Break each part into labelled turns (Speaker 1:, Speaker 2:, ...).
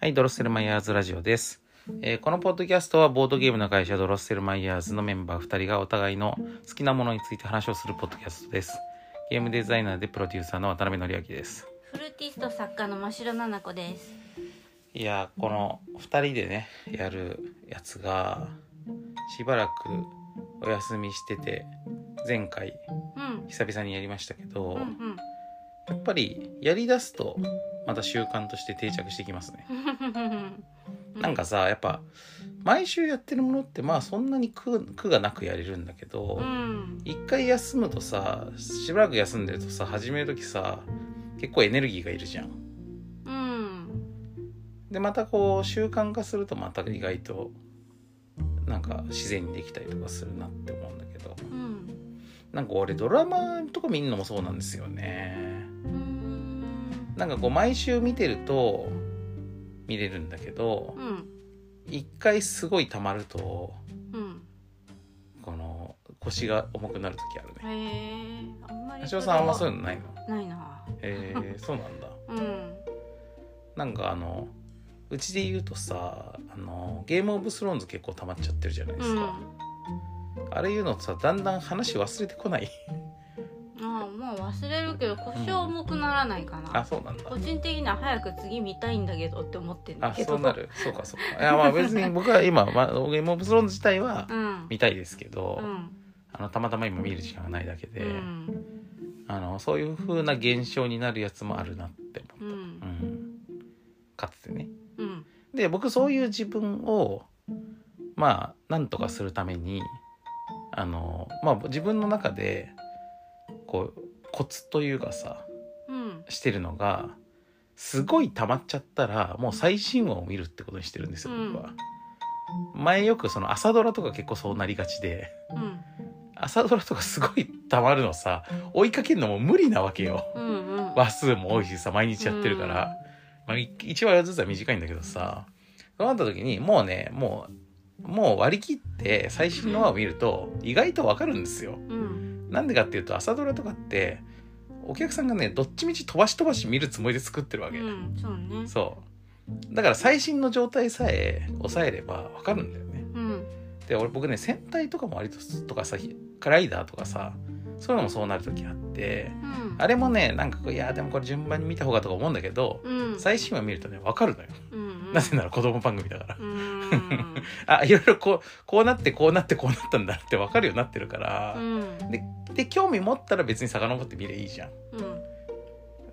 Speaker 1: はい、ドロッセルマイヤーズラジオです。えーこのポッドキャストはボードゲームの会社ドロッセルマイヤーズのメンバー2人がお互いの好きなものについて話をするポッドキャストです。ゲームデザイナーでプロデューサーの渡辺則明です。
Speaker 2: フルーティスト作家の真城奈々子です
Speaker 1: いやー、この2人でね、やるやつが、しばらくお休みしてて、前回
Speaker 2: うん
Speaker 1: 久々にやりましたけど、
Speaker 2: うんうん
Speaker 1: やっぱりやりだすとまた習慣として定着してきますね。
Speaker 2: うん
Speaker 1: なんかさやっぱ毎週やってるものってまあそんなに苦苦がなくやれるんだけど
Speaker 2: うん
Speaker 1: 一、回休むとさしばらく休んでるとさ始める時さ結構エネルギーがいるじゃん。
Speaker 2: うん
Speaker 1: でまたこう習慣化するとまた意外となんか自然にできたりとかするなって思うんだけど
Speaker 2: うん
Speaker 1: なんか俺ドラマとか見るのもそうなんですよね。
Speaker 2: うん
Speaker 1: なんかこう毎週見てると見れるんだけど
Speaker 2: うん
Speaker 1: 一回すごい溜まると
Speaker 2: うん
Speaker 1: この腰が重くなる時あるね
Speaker 2: へえあんまり
Speaker 1: 橋尾さんあんまそういうのないの
Speaker 2: ないな
Speaker 1: えー、そうなんだ
Speaker 2: うん
Speaker 1: なんかあのうちで言うとさあのゲームオブスローンズ結構溜まっちゃってるじゃないで
Speaker 2: う
Speaker 1: す
Speaker 2: ん
Speaker 1: か、あれいうのさだんだん話忘れてこない
Speaker 2: ああもう忘れるけど腰は重くならないか
Speaker 1: あ
Speaker 2: な、
Speaker 1: そうなんだ
Speaker 2: 個人的には早く次見たいんだけどって思ってんだ
Speaker 1: あ
Speaker 2: けど
Speaker 1: そうなるそうかそうかいやまあ別に僕は今、まあ、ゲームオブスローンズ自体は
Speaker 2: うん
Speaker 1: 見たいですけど、
Speaker 2: うん
Speaker 1: あのたまたま今見る時間がないだけで、
Speaker 2: うん
Speaker 1: あのそういう風な現象になるやつもあるなって
Speaker 2: う
Speaker 1: 思っ
Speaker 2: ん
Speaker 1: た、うん、かつてね
Speaker 2: うん
Speaker 1: で僕そういう自分をまあなんとかするためにあのまあ自分の中でこうコツというかさ
Speaker 2: うん
Speaker 1: してるのがすごい溜まっちゃったらもう最新話を見るってことにしてるんですよ僕は。前よくその朝ドラとか結構そうなりがちで
Speaker 2: うん
Speaker 1: 朝ドラとかすごい溜まるのさ追いかけるのも無理なわけよ。
Speaker 2: うんうん
Speaker 1: 話数も多いしさ毎日やってるから、まあ、1話ずつは短いんだけどさそうなった時にもうねもうもう割り切って最新の話を見ると意外とわかるんですよ。
Speaker 2: うん
Speaker 1: なんでかっていうと朝ドラとかってお客さんがねどっちみち飛ばし飛ばし見るつもりで作ってるわ
Speaker 2: う
Speaker 1: け、
Speaker 2: んそうね
Speaker 1: そうだから最新の状態さえ抑えればわかるんだよね。
Speaker 2: うん
Speaker 1: で俺僕ね戦隊とかも割ととかさライダーとかさそういうのもそうなる時あって。
Speaker 2: うん
Speaker 1: あれもねなんかこういやでもこれ順番に見た方がとか思うんだけど
Speaker 2: うん
Speaker 1: 最新話見るとね分かるのよ、
Speaker 2: うん
Speaker 1: なぜなら子供番組だから
Speaker 2: うん
Speaker 1: あいろいろこうこうなってこうなってこうなったんだなって分かるようになってるか
Speaker 2: う
Speaker 1: ら、
Speaker 2: ん
Speaker 1: でで興味持ったら別に遡って見ればいいじゃん
Speaker 2: うん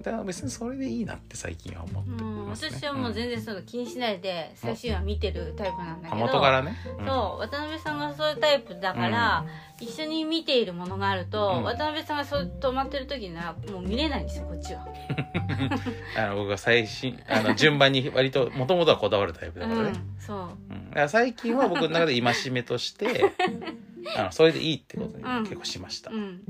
Speaker 1: だから別にそれでいいなって最近は思って
Speaker 2: うん
Speaker 1: ます、ね
Speaker 2: 私はもう全然そういうの気にしないで最新話見てるタイプなんだ
Speaker 1: あ
Speaker 2: けど
Speaker 1: 元からね、うん
Speaker 2: そう渡辺さんがそういうタイプだから、一緒に見ているものがあると、
Speaker 1: うん
Speaker 2: 渡辺さんがそう止まってる時にはもう見れないんですよこっちは。
Speaker 1: あの僕が最新あの順番に割ともともとはこだわるタイプだからね、
Speaker 2: うん、そう
Speaker 1: うんだから最近は僕の中で戒めとして あのそれでいいってことに結構しました、
Speaker 2: うん、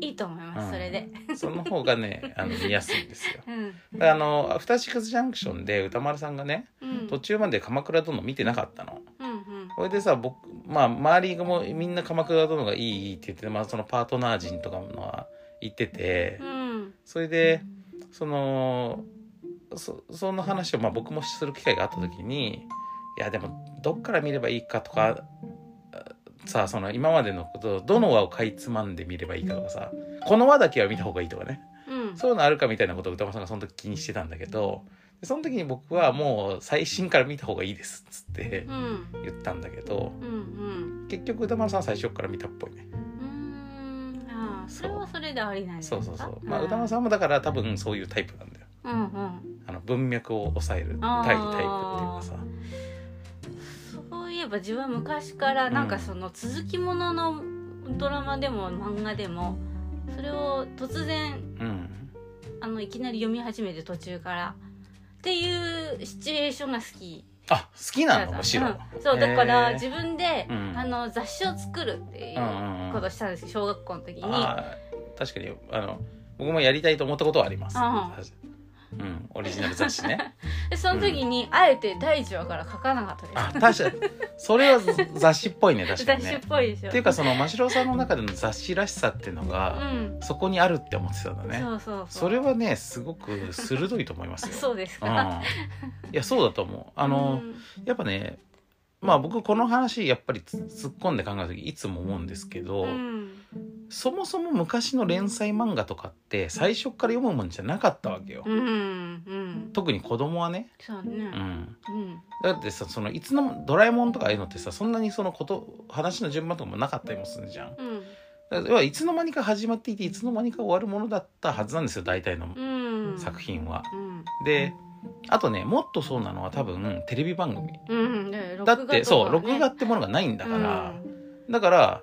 Speaker 2: いいと思います、
Speaker 1: うん
Speaker 2: それで。
Speaker 1: その方がね、あの見やすいんですよ。
Speaker 2: うん
Speaker 1: あの、アフターシックスジャンクションで歌丸さんがね、
Speaker 2: うん
Speaker 1: 途中まで鎌倉殿見てなかったの。
Speaker 2: うんうん
Speaker 1: それでさ、僕、まあ、周りがもうみんな鎌倉殿がいいいいって言ってて、まあ、そのパートナー陣とかのは言ってて
Speaker 2: う、ん
Speaker 1: それで、その、そその話を、まあ、僕もする機会があった時に、いや、でも、どっから見ればいいかとか、あさあその今までのことをどの輪をかいつまんで見ればいいかとかさこの輪だけは見た方がいいとかね
Speaker 2: うん
Speaker 1: そういうのあるかみたいなことを歌丸さんがその時気にしてたんだけど、でその時に僕はもう最新から見た方がいいですっつって
Speaker 2: うん
Speaker 1: 言ったんだけど、
Speaker 2: うんうん
Speaker 1: 結局歌丸さんは最初から見たっぽいね。
Speaker 2: うんああそれはそれでありなんです
Speaker 1: そ
Speaker 2: か
Speaker 1: うそうそう。まあ歌丸さんもだから多分そういうタイプなんだよ。
Speaker 2: うんうん
Speaker 1: あの文脈を抑える
Speaker 2: あー
Speaker 1: 対タイプっていうかさ。
Speaker 2: そういえば自分は昔からなんかその続きもののドラマでも漫画でもそれを突然
Speaker 1: うん。
Speaker 2: あのいきなり読み始めて途中からっていうシチュエーションが好き
Speaker 1: あ、好きなのむしろ。
Speaker 2: うんそうだから
Speaker 1: へー
Speaker 2: 自分で、
Speaker 1: うん
Speaker 2: あの雑誌を作るってい
Speaker 1: うんうんうん
Speaker 2: うことをしたんですけど小学校の時に
Speaker 1: あー確かに、あの、僕もやりたいと思ったことはあります。
Speaker 2: あ
Speaker 1: うん、オリジナル雑誌ね。
Speaker 2: でその時にあえて第一話から書かなかったです
Speaker 1: あ、確かに。それは雑誌っぽいね確か
Speaker 2: 雑
Speaker 1: に
Speaker 2: 誌っ
Speaker 1: ね。
Speaker 2: ぽいでしょ
Speaker 1: っていうかその真城さんの中での雑誌らしさっていうの
Speaker 2: う
Speaker 1: が、
Speaker 2: ん
Speaker 1: そこにあるって思ってたんだね。
Speaker 2: そうそうそう
Speaker 1: それはねすごく鋭いと思いま
Speaker 2: あ
Speaker 1: すよ。
Speaker 2: そうです
Speaker 1: う
Speaker 2: か、
Speaker 1: ん、いやそうだと思う。あ
Speaker 2: う
Speaker 1: の、
Speaker 2: ん
Speaker 1: やっぱねまあ僕この話やっぱりつ突っ込んで考える時いつも思うんですけど、
Speaker 2: うん
Speaker 1: そもそも昔の連載漫画とかって最初から読むもんじゃなかったわけよ。
Speaker 2: うんうん
Speaker 1: 特に子供はね。
Speaker 2: そう
Speaker 1: う
Speaker 2: ね
Speaker 1: ん、
Speaker 2: うん
Speaker 1: だってさそのいつの「ドラえもん」とかああいうのってさそんなにそのこと話の順番とかもなかったりもするじゃん。
Speaker 2: うん
Speaker 1: だから要はいつの間にか始まっていていつの間にか終わるものだったはずなんですよ大体の
Speaker 2: うん
Speaker 1: 作品は。
Speaker 2: うん
Speaker 1: であとねもっとそうなのは多分テレビ番組。
Speaker 2: うんね
Speaker 1: だってそう録
Speaker 2: 録
Speaker 1: 画
Speaker 2: 画とかね
Speaker 1: ってものがないんだから。
Speaker 2: うん
Speaker 1: だから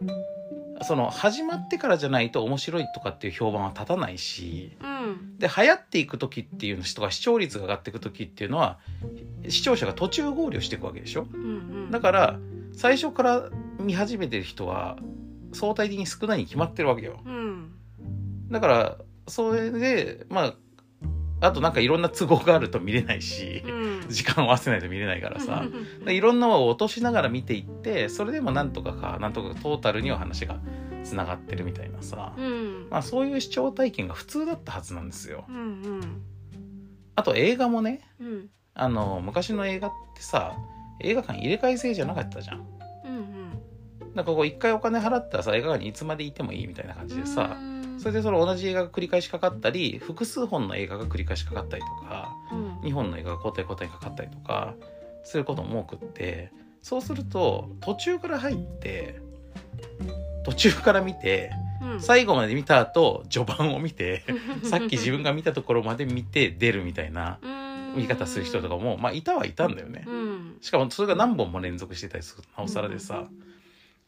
Speaker 1: その始まってからじゃないと面白いとかっていう評判は立たないし
Speaker 2: うん
Speaker 1: で流行っていく時っていうのとか視聴率が上がっていく時っていうのは視聴者が途中合流していくわけでしょ
Speaker 2: うん
Speaker 1: だから最初から見始めてる人は相対的に少ないに決まってるわけよ
Speaker 2: らうん
Speaker 1: だからそれでまああとなんかいろんな都合があると見れないし
Speaker 2: うん
Speaker 1: 時間を合わせないと見れないからさ
Speaker 2: うん
Speaker 1: でいろんなのを落としながら見ていってそれでもなんとかかなんとかトータルには話がつながってるみたいなさ、
Speaker 2: うん
Speaker 1: まあ、そういう視聴体験が普通だったはずなんですよ。
Speaker 2: うんうん
Speaker 1: あと映画もね
Speaker 2: うん
Speaker 1: あの昔の映画ってさ映画館入れ替え制じゃなかったじゃん。
Speaker 2: うん
Speaker 1: なんかこう一回お金払ったらさ映画館にいつまでいてもいいみたいな感じでさ
Speaker 2: うん
Speaker 1: それでその同じ映画が繰り返しかかったり複数本の映画が繰り返しかかったりとか
Speaker 2: うん
Speaker 1: 2本の映画が交代交代にかかったりとかすることも多くってそうすると途中から入って途中から見て
Speaker 2: うん
Speaker 1: 最後まで見た後序盤を見てさっき自分が見たところまで見て出るみたいな見方する人とかもまあいたはいたんだよね
Speaker 2: う。ん
Speaker 1: しかもそれが何本も連続してたりするとなおさらでさ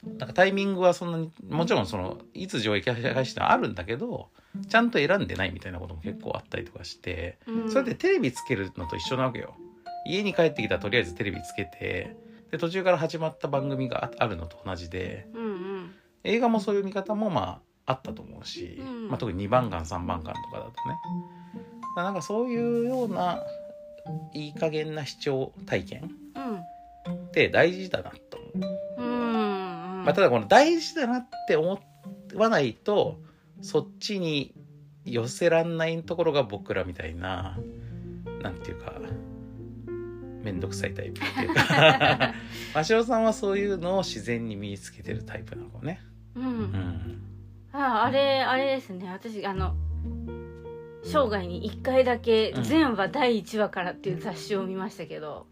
Speaker 1: なんかタイミングはそんなにもちろんそのいつ上映開始ってのはあるんだけどちゃんと選んでないみたいなことも結構あったりとかして。
Speaker 2: うん
Speaker 1: それでテレビつけるのと一緒なわけよ。家に帰ってきたらとりあえずテレビつけて、で、途中から始まった番組がああるのと同じで、
Speaker 2: うんうん
Speaker 1: 映画もそういう見方もまああったと思うし、
Speaker 2: うん
Speaker 1: まあ、特に2番館3番館とかだとね。だからなんかそういうようないい加減な視聴体験
Speaker 2: うん
Speaker 1: って大事だなと思う。
Speaker 2: うん
Speaker 1: まあ、ただこの大事だなって思わないと、そっちに寄せらんないところが僕らみたいな、なんていうか、めんどくさいタイプっていう か、真城さんはそういうのを自然に身につけてるタイプなのね。
Speaker 2: う
Speaker 1: うんん。
Speaker 2: ああれあれですね私あの生涯に1回だけ
Speaker 1: うん
Speaker 2: 全話第1話からっていう雑誌を見ましたけど、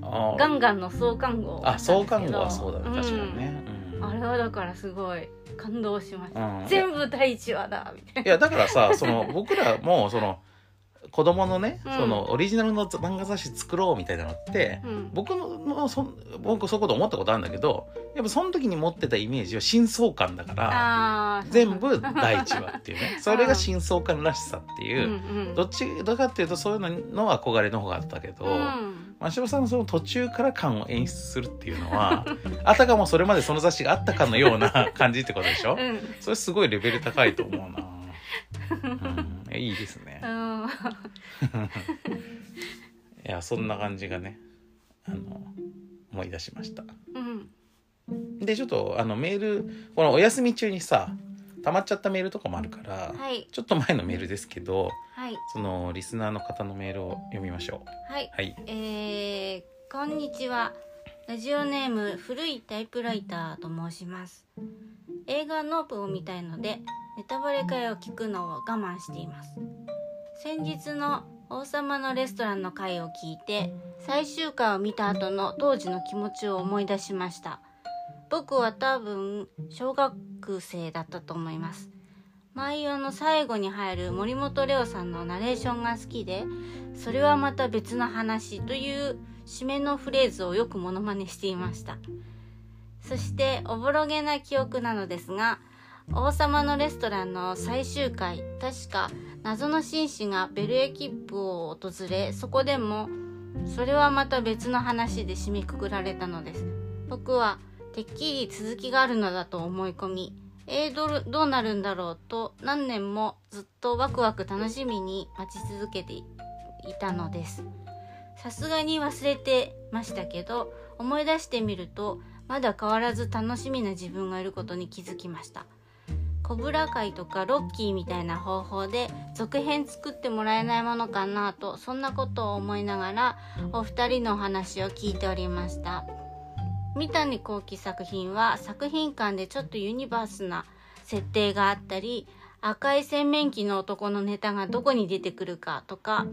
Speaker 1: あ
Speaker 2: ガンガンの創刊号
Speaker 1: あ、創刊号はそうだね、
Speaker 2: ん
Speaker 1: 確かにね。うん
Speaker 2: あれはだからすごい感動しました、
Speaker 1: うん
Speaker 2: 全部第1話だみたい
Speaker 1: いや、だからさ、その、僕らも、その、子供のね、
Speaker 2: うん
Speaker 1: その、オリジナルの漫画雑誌作ろうみたいなのって、
Speaker 2: な、うん、
Speaker 1: 僕もそん僕そういうこと思ったことあるんだけどやっぱその時に持ってたイメージは真相感だから
Speaker 2: あー
Speaker 1: 全部第一話っていう ねそれが真相感らしさって
Speaker 2: うん
Speaker 1: いうう、
Speaker 2: ん
Speaker 1: どっちどっちかっていうとそういうのの憧れの方があったけど、
Speaker 2: うん
Speaker 1: 真城さんのその途中から感を演出するっていうのは あたかもそれまでその雑誌があったかのような感じってことでしょ、
Speaker 2: うん
Speaker 1: それすごいレベル高いと思う な。うん、いいですね。
Speaker 2: うん
Speaker 1: いやそんな感じがねあの思い出しました。
Speaker 2: うん
Speaker 1: でちょっとあのメールこのお休み中にさ溜まっちゃったメールとかもあるから、
Speaker 2: はい
Speaker 1: ちょっと前のメールですけど
Speaker 2: はい
Speaker 1: そのリスナーの方のメールを読みましょう
Speaker 2: はい
Speaker 1: はい
Speaker 2: えー、こんにちはラジオネーム古いタイプライターと申します映画ノープを見たいのでネタバレ会を聞くのを我慢しています先日の王様のレストランの回を聞いて最終回を見た後の当時の気持ちを思い出しました僕は多分小学生だったと思います毎夜の最後に入る森本レオさんのナレーションが好きでそれはまた別の話という締めのフレーズをよくモノマネしていましたそしておぼろげな記憶なのですが「王様のレストラン」の最終回確か謎の紳士がベルエキップを訪れそこでもそれはまた別の話で締めくくられたのです僕はてっきり続きがあるのだと思い込みえー、どるどうなるんだろうと何年もずっとワクワク楽しみに待ち続けていいたのですさすがに忘れてましたけど思い出してみるとまだ変わらず楽しみな自分がいることに気づきましたコブラ会とかロッキーみたいな方法で続編作ってもらえないものかなとそんなことを思いながらお二人のお話を聞いておりました三谷幸喜作品は作品間でちょっとユニバースな設定があったり赤い洗面器の男のネタがどこに出てくるかとか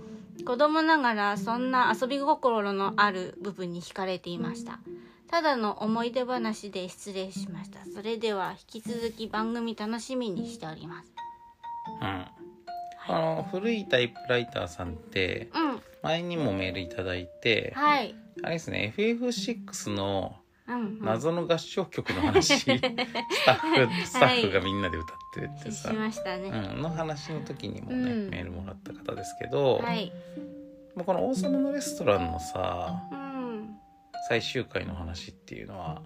Speaker 2: 子供ながらそんな遊び心のある部分に惹かれていましたただの思い出話で失礼しましたそれでは引き続き番組楽しみにしております
Speaker 1: うんあの古いタイプライターさんって
Speaker 2: うん
Speaker 1: 前にもメールいただいて、
Speaker 2: はい
Speaker 1: あれですね FF6 の
Speaker 2: うん、うん、
Speaker 1: 謎の合唱曲の話、 スタッフスタッフがみんなで歌ってるって
Speaker 2: し
Speaker 1: さ、
Speaker 2: ましたね、
Speaker 1: うん、の話の時にもね、
Speaker 2: うん
Speaker 1: メールもらった方ですけど、
Speaker 2: はい
Speaker 1: もうこの「王様のレストラン」のさ
Speaker 2: うん
Speaker 1: 最終回の話っていうのは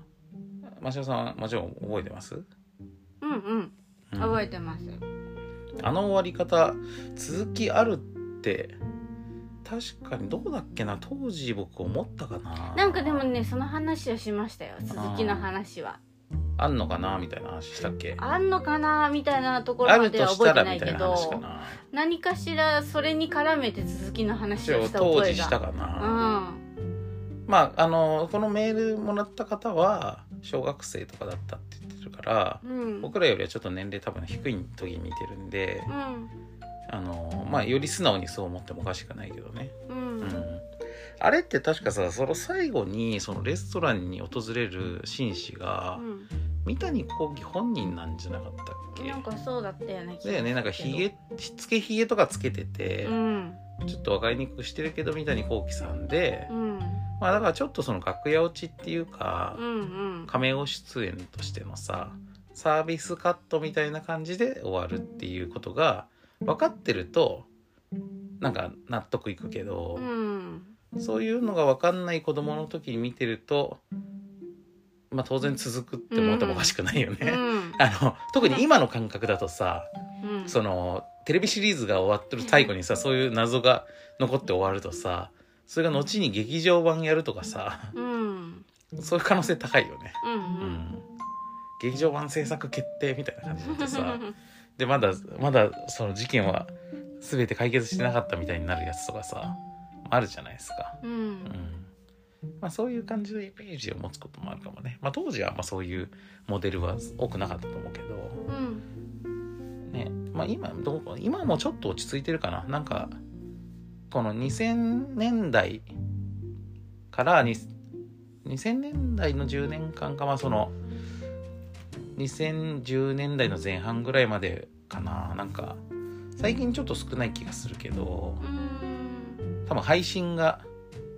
Speaker 1: 真汐さんはもちろん覚えてます、
Speaker 2: うんうん
Speaker 1: うん
Speaker 2: 覚えてます
Speaker 1: あの終わり方続きあるって確かにどうだっけな当時僕思ったかな
Speaker 2: なんかでもねその話をしましたよ鈴木の話は
Speaker 1: あんのかなみたいな話したっけ
Speaker 2: あんのかなみたいなとこ
Speaker 1: あ
Speaker 2: ろま
Speaker 1: る
Speaker 2: で
Speaker 1: と
Speaker 2: は
Speaker 1: し
Speaker 2: 覚
Speaker 1: たら
Speaker 2: えてな
Speaker 1: み
Speaker 2: い
Speaker 1: た
Speaker 2: け
Speaker 1: いな
Speaker 2: ど
Speaker 1: 話かな
Speaker 2: 何かしらそれに絡めて続きの話
Speaker 1: 一
Speaker 2: を
Speaker 1: 応
Speaker 2: した
Speaker 1: 当
Speaker 2: 覚え
Speaker 1: 時した
Speaker 2: が
Speaker 1: か
Speaker 2: う
Speaker 1: な、
Speaker 2: ん
Speaker 1: まああのこのメールもらった方は小学生とかだったって言ってるから
Speaker 2: うん
Speaker 1: 僕らよりはちょっと年齢多分低い時に似てるんで
Speaker 2: うん
Speaker 1: あのまあより素直にそう思ってもおかしくないけどね
Speaker 2: う
Speaker 1: うんんあれって確かさその最後にそのレストランに訪れる紳士が
Speaker 2: う
Speaker 1: 三谷幸喜本人なんじゃなかったっ
Speaker 2: んなん
Speaker 1: け
Speaker 2: かそうだったよね
Speaker 1: だよねなんかひげしつけひげとかつけてて、
Speaker 2: うん
Speaker 1: ちょっと分かりにくくしてるけど三谷幸喜さんで、
Speaker 2: うん
Speaker 1: まあだからちょっとその楽屋落ちっていうか
Speaker 2: うんうん
Speaker 1: 仮面を出演としてのさサービスカットみたいな感じで終わるっていうことが分かってるとなんか納得いくけど
Speaker 2: う、ん
Speaker 1: そういうのが分かんない子供の時に見てるとまあ当然続くって思ってもおかしくないよね。
Speaker 2: うん
Speaker 1: あの特に今の感覚だとさ、
Speaker 2: うん
Speaker 1: そのテレビシリーズが終わってる最後にさそういう謎が残って終わるとさそれが後に劇場版やるとかさ
Speaker 2: うんうん
Speaker 1: そういう可能性高いよね。
Speaker 2: う
Speaker 1: うんん劇場版制作決定みたいな感じになってさ でまだまだその事件は全て解決してなかったみたいになるやつとかさあるじゃないですか、
Speaker 2: う
Speaker 1: うんんまあ、そういう感じのイメージを持つこともあるかもね、まあ、当時はあんまそういうモデルは多くなかったと思うけど、
Speaker 2: うん
Speaker 1: ねまあ、今どう今もちょっと落ち着いてるかななんかこの2000年代からに2000年代の10年間かまあその2010年代の前半ぐらいまでかななんか最近ちょっと少ない気がするけど
Speaker 2: うん
Speaker 1: 多分配信が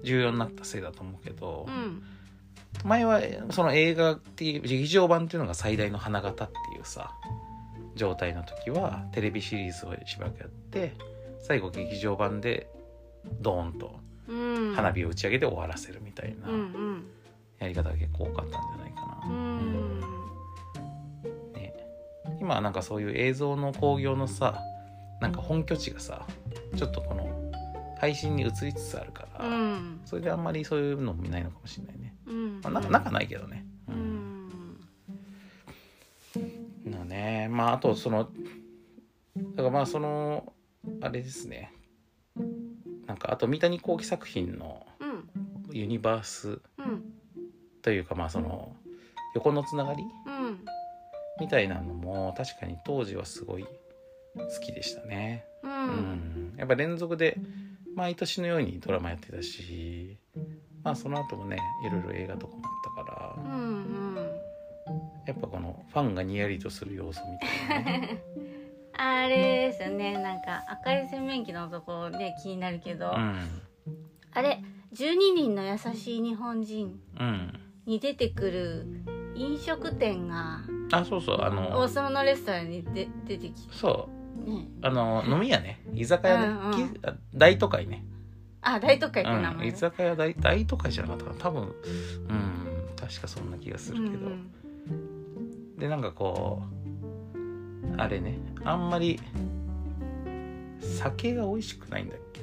Speaker 1: 重要になったせいだと思うけど、
Speaker 2: うん
Speaker 1: 前はその映画っていう劇場版っていうのが最大の花形っていうさ状態の時はテレビシリーズをしばらくやって最後劇場版でドーンと
Speaker 2: うん
Speaker 1: 花火を打ち上げて終わらせるみたいな
Speaker 2: うんうん
Speaker 1: やり方が結構多かったんじゃないかな。
Speaker 2: うん
Speaker 1: ね、今はなんかそういう映像の興行のさなんか本拠地がさちょっとこの配信に移りつつあるから、
Speaker 2: うん
Speaker 1: それであんまりそういうのも見ないのかもしれないね。
Speaker 2: うん
Speaker 1: まあ、な仲ないけどね。
Speaker 2: う
Speaker 1: うん
Speaker 2: ん
Speaker 1: のねまああとそのだからまあそのあれですねなんかあと三谷幸喜作品の
Speaker 2: うん
Speaker 1: ユニバース
Speaker 2: うん
Speaker 1: というかまあその横のつながり
Speaker 2: うん
Speaker 1: みたいなのも確かに当時はすごい好きでしたね、
Speaker 2: う
Speaker 1: うんん、やっぱ連続で毎年のようにドラマやってたしまあその後もねいろいろ映画とかもあったか
Speaker 2: う
Speaker 1: ら
Speaker 2: んうん
Speaker 1: やっぱこのファンがニヤリとする要素みたいなね
Speaker 2: あれですよねなんか赤い洗面器の男ね気になるけ
Speaker 1: う
Speaker 2: ど、
Speaker 1: ん
Speaker 2: あれ12人の優しい日本人
Speaker 1: うん
Speaker 2: に出てくる飲食店が
Speaker 1: あそうそうあの
Speaker 2: 王様のレストランにで出てきて
Speaker 1: そう
Speaker 2: ね
Speaker 1: あの飲み屋ね居酒屋ね、
Speaker 2: うんうん
Speaker 1: きあ大都会ね、
Speaker 2: あ大都会って名
Speaker 1: うん、
Speaker 2: 前、
Speaker 1: 居酒屋大大都会じゃなかったかな多分うん確かそんな気がするけど、
Speaker 2: うん
Speaker 1: でなんかこうあれねあんまり酒が美味しくないんだっけ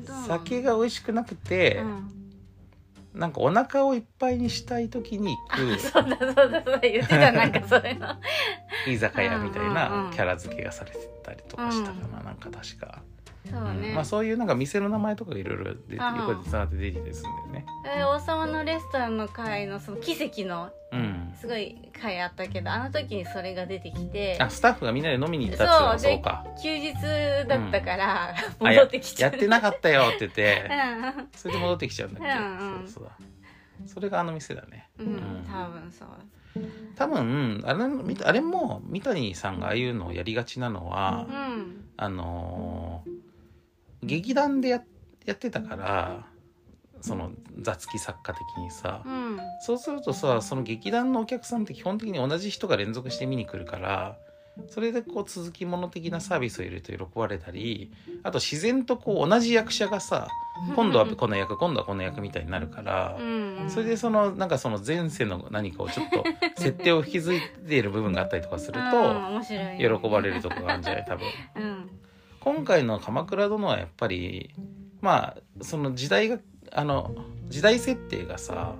Speaker 2: どうなの
Speaker 1: 酒が美味しくなくて、
Speaker 2: うん
Speaker 1: なんかお腹をいっぱいにしたい時に行く
Speaker 2: そうだそうだそうだ言ってたなんかそ れの
Speaker 1: 居酒屋みたい
Speaker 2: うんうんう
Speaker 1: なんキャラ付けがされてたりとかしたかな、なんか確か、
Speaker 2: そうね、
Speaker 1: うんまあ、そういうなんか店の名前とかがいろいろ出て
Speaker 2: うんうん
Speaker 1: 横でつながって出てきたりするんだよね。
Speaker 2: えー王様のレストランの会のその奇跡の
Speaker 1: うん
Speaker 2: すごい会あったけどあの時にそれが出てきて
Speaker 1: あスタッフがみんなで飲みに行ったっていうのは
Speaker 2: そう
Speaker 1: そうか
Speaker 2: 休日だったから、
Speaker 1: うんあ
Speaker 2: 戻ってきち
Speaker 1: や
Speaker 2: ゃ
Speaker 1: っ
Speaker 2: う
Speaker 1: てなかったよって言って
Speaker 2: うん
Speaker 1: それで戻ってきちゃうんだっけ、
Speaker 2: うんうん
Speaker 1: そうそうだそれがあの店だね
Speaker 2: うん、多分そう。
Speaker 1: 多分あれみあれも三谷さんがああいうのをやりがちなのは、
Speaker 2: うん。
Speaker 1: あのー劇団でややってたからその座付き作家的にさ、
Speaker 2: うん。
Speaker 1: そうするとさその劇団のお客さんって基本的に同じ人が連続して見に来るからそれでこう続きもの的なサービスを入れると喜ばれたりあと自然とこう同じ役者がさ今度はこの役今度はこの役みたいになるから
Speaker 2: う。ん。
Speaker 1: それでそのなんかその前世の何かをちょっと設定を引き継いでいる部分があったりとか する
Speaker 2: うん
Speaker 1: と
Speaker 2: 面白いね
Speaker 1: 喜ばれるとこがあるんじゃない多分
Speaker 2: うん。
Speaker 1: 今回の「鎌倉殿」はやっぱりまあその時代があの時代設定がさ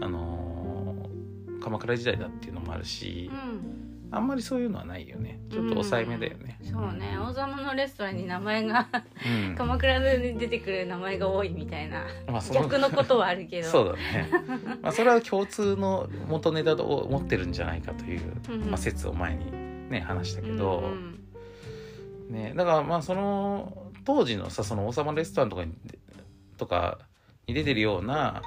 Speaker 1: あのー鎌倉時代だっていうのもあるし
Speaker 2: うん。
Speaker 1: あんまりそういうのはないよねちょっと抑えめだよね、
Speaker 2: そうね。王様のレストランに名前が
Speaker 1: うん
Speaker 2: 鎌倉で出てくる名前が多いみたいな
Speaker 1: まあその
Speaker 2: 逆のことはあるけど。
Speaker 1: そうだね、まあ、それは共通の元ネタを持ってるんじゃないかという、
Speaker 2: うんうん
Speaker 1: まあ、説を前にね話したけど、
Speaker 2: うん
Speaker 1: ね、だからまあその当時のさその王様レストランとかにとかに出てるような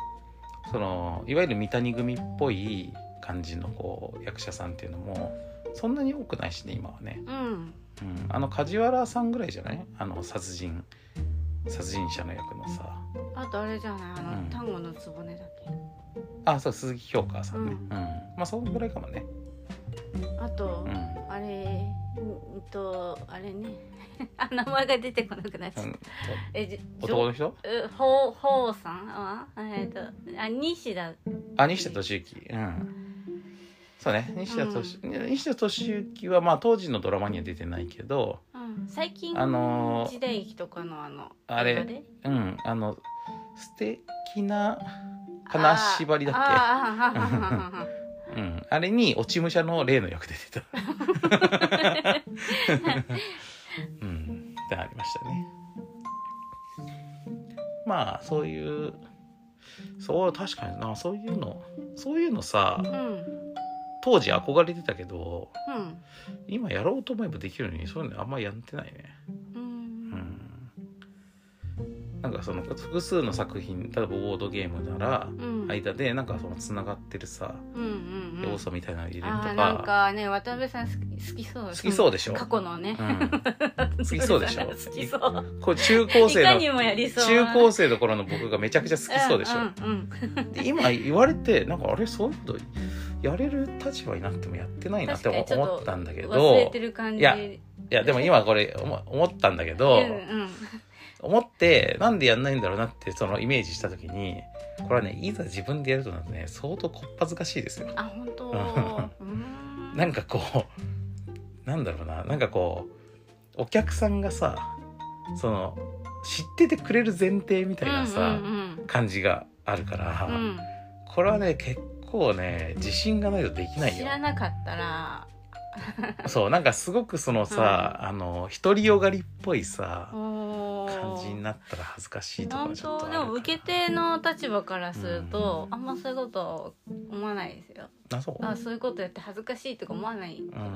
Speaker 1: そのいわゆる三谷組っぽい感じのこう役者さんっていうのもそんなに多くないしね今はね、
Speaker 2: うん。うん。
Speaker 1: うん、あの梶原さんぐらいじゃないあの殺人殺人者の役のさ
Speaker 2: あとあれじゃないあ
Speaker 1: う
Speaker 2: の
Speaker 1: ん
Speaker 2: 単語のつぼねだっけ。
Speaker 1: あそう鈴木京香さんね、
Speaker 2: う
Speaker 1: うんんまあそんぐらいかもね、
Speaker 2: あと
Speaker 1: うん
Speaker 2: あれうんとあれね。 あ名前が出てこなくなっちゃ
Speaker 1: う
Speaker 2: った
Speaker 1: ん。
Speaker 2: えじ
Speaker 1: 男の人
Speaker 2: うほうほうさんはえっ、とあ西田
Speaker 1: あ西田敏行うんそうね西田敏、西田敏行はまあ当時のドラマには出てないけど
Speaker 2: うん最近
Speaker 1: あのー
Speaker 2: 時代劇とかのあの
Speaker 1: あれ
Speaker 2: 映画で
Speaker 1: うんあの素敵な金縛りだっ
Speaker 2: あ
Speaker 1: けうん、あれに落ち武者の例の役で出てた うんってありましたねまあそういうそう確かになそういうのそういうのさ
Speaker 2: ーうん
Speaker 1: 当時憧れてたけど
Speaker 2: うん
Speaker 1: 今やろうと思えばできるのにそういうのあんまやってないね
Speaker 2: う
Speaker 1: うんんなんかその複数の作品例えばボードゲームなら
Speaker 2: うん
Speaker 1: 間でなんかそのつながってるさ
Speaker 2: うんうんうん
Speaker 1: 要素みたいなの入れると
Speaker 2: あーなん
Speaker 1: か、
Speaker 2: かね渡辺さん好き好きそう
Speaker 1: 好きそう
Speaker 2: で
Speaker 1: でしょ、
Speaker 2: 過去の ね、
Speaker 1: う
Speaker 2: 好
Speaker 1: きそうでしょ
Speaker 2: 好きそう。
Speaker 1: ん、こう中高
Speaker 2: い
Speaker 1: 生
Speaker 2: か
Speaker 1: の
Speaker 2: にもやりそう。
Speaker 1: 中高生の頃の僕がめちゃくちゃ好きそうでしょ、
Speaker 2: んうん
Speaker 1: で今言われてなんかあれそういうことやれる立場になってもやってないなって思
Speaker 2: 確かにちょっと
Speaker 1: 思ったんだけ
Speaker 2: うん、
Speaker 1: ど
Speaker 2: 忘れてる感じ。
Speaker 1: いやいやでも今これ思思ったんだけ
Speaker 2: うん
Speaker 1: ど、
Speaker 2: うん
Speaker 1: 思ってなんでやんないんだろうなってそのイメージした時にこれはねいざ自分でやるとなるとね相当こっぱずかしいですよ
Speaker 2: あ本当。うーん
Speaker 1: なんかこうなんだろうななんかこうお客さんがさその知っててくれる前提みたいなさ、
Speaker 2: うん
Speaker 1: 感じがあるから、
Speaker 2: うんうん
Speaker 1: これはね結構ね自信がないとでき
Speaker 2: うん、
Speaker 1: ない
Speaker 2: 知
Speaker 1: よ
Speaker 2: らなかったら、
Speaker 1: そうなんかすごくそのさ、あの独りよがりっぽいさ、
Speaker 2: おー
Speaker 1: 感じになったら恥ずかしいとか
Speaker 2: 本
Speaker 1: ちょっと
Speaker 2: 当
Speaker 1: ある
Speaker 2: で
Speaker 1: から
Speaker 2: も受け手の立場からすると、あんまそういうこと思わないですよ
Speaker 1: あそう
Speaker 2: あそういうことやって恥ずかしいとか思わないけ
Speaker 1: う
Speaker 2: ど、
Speaker 1: ん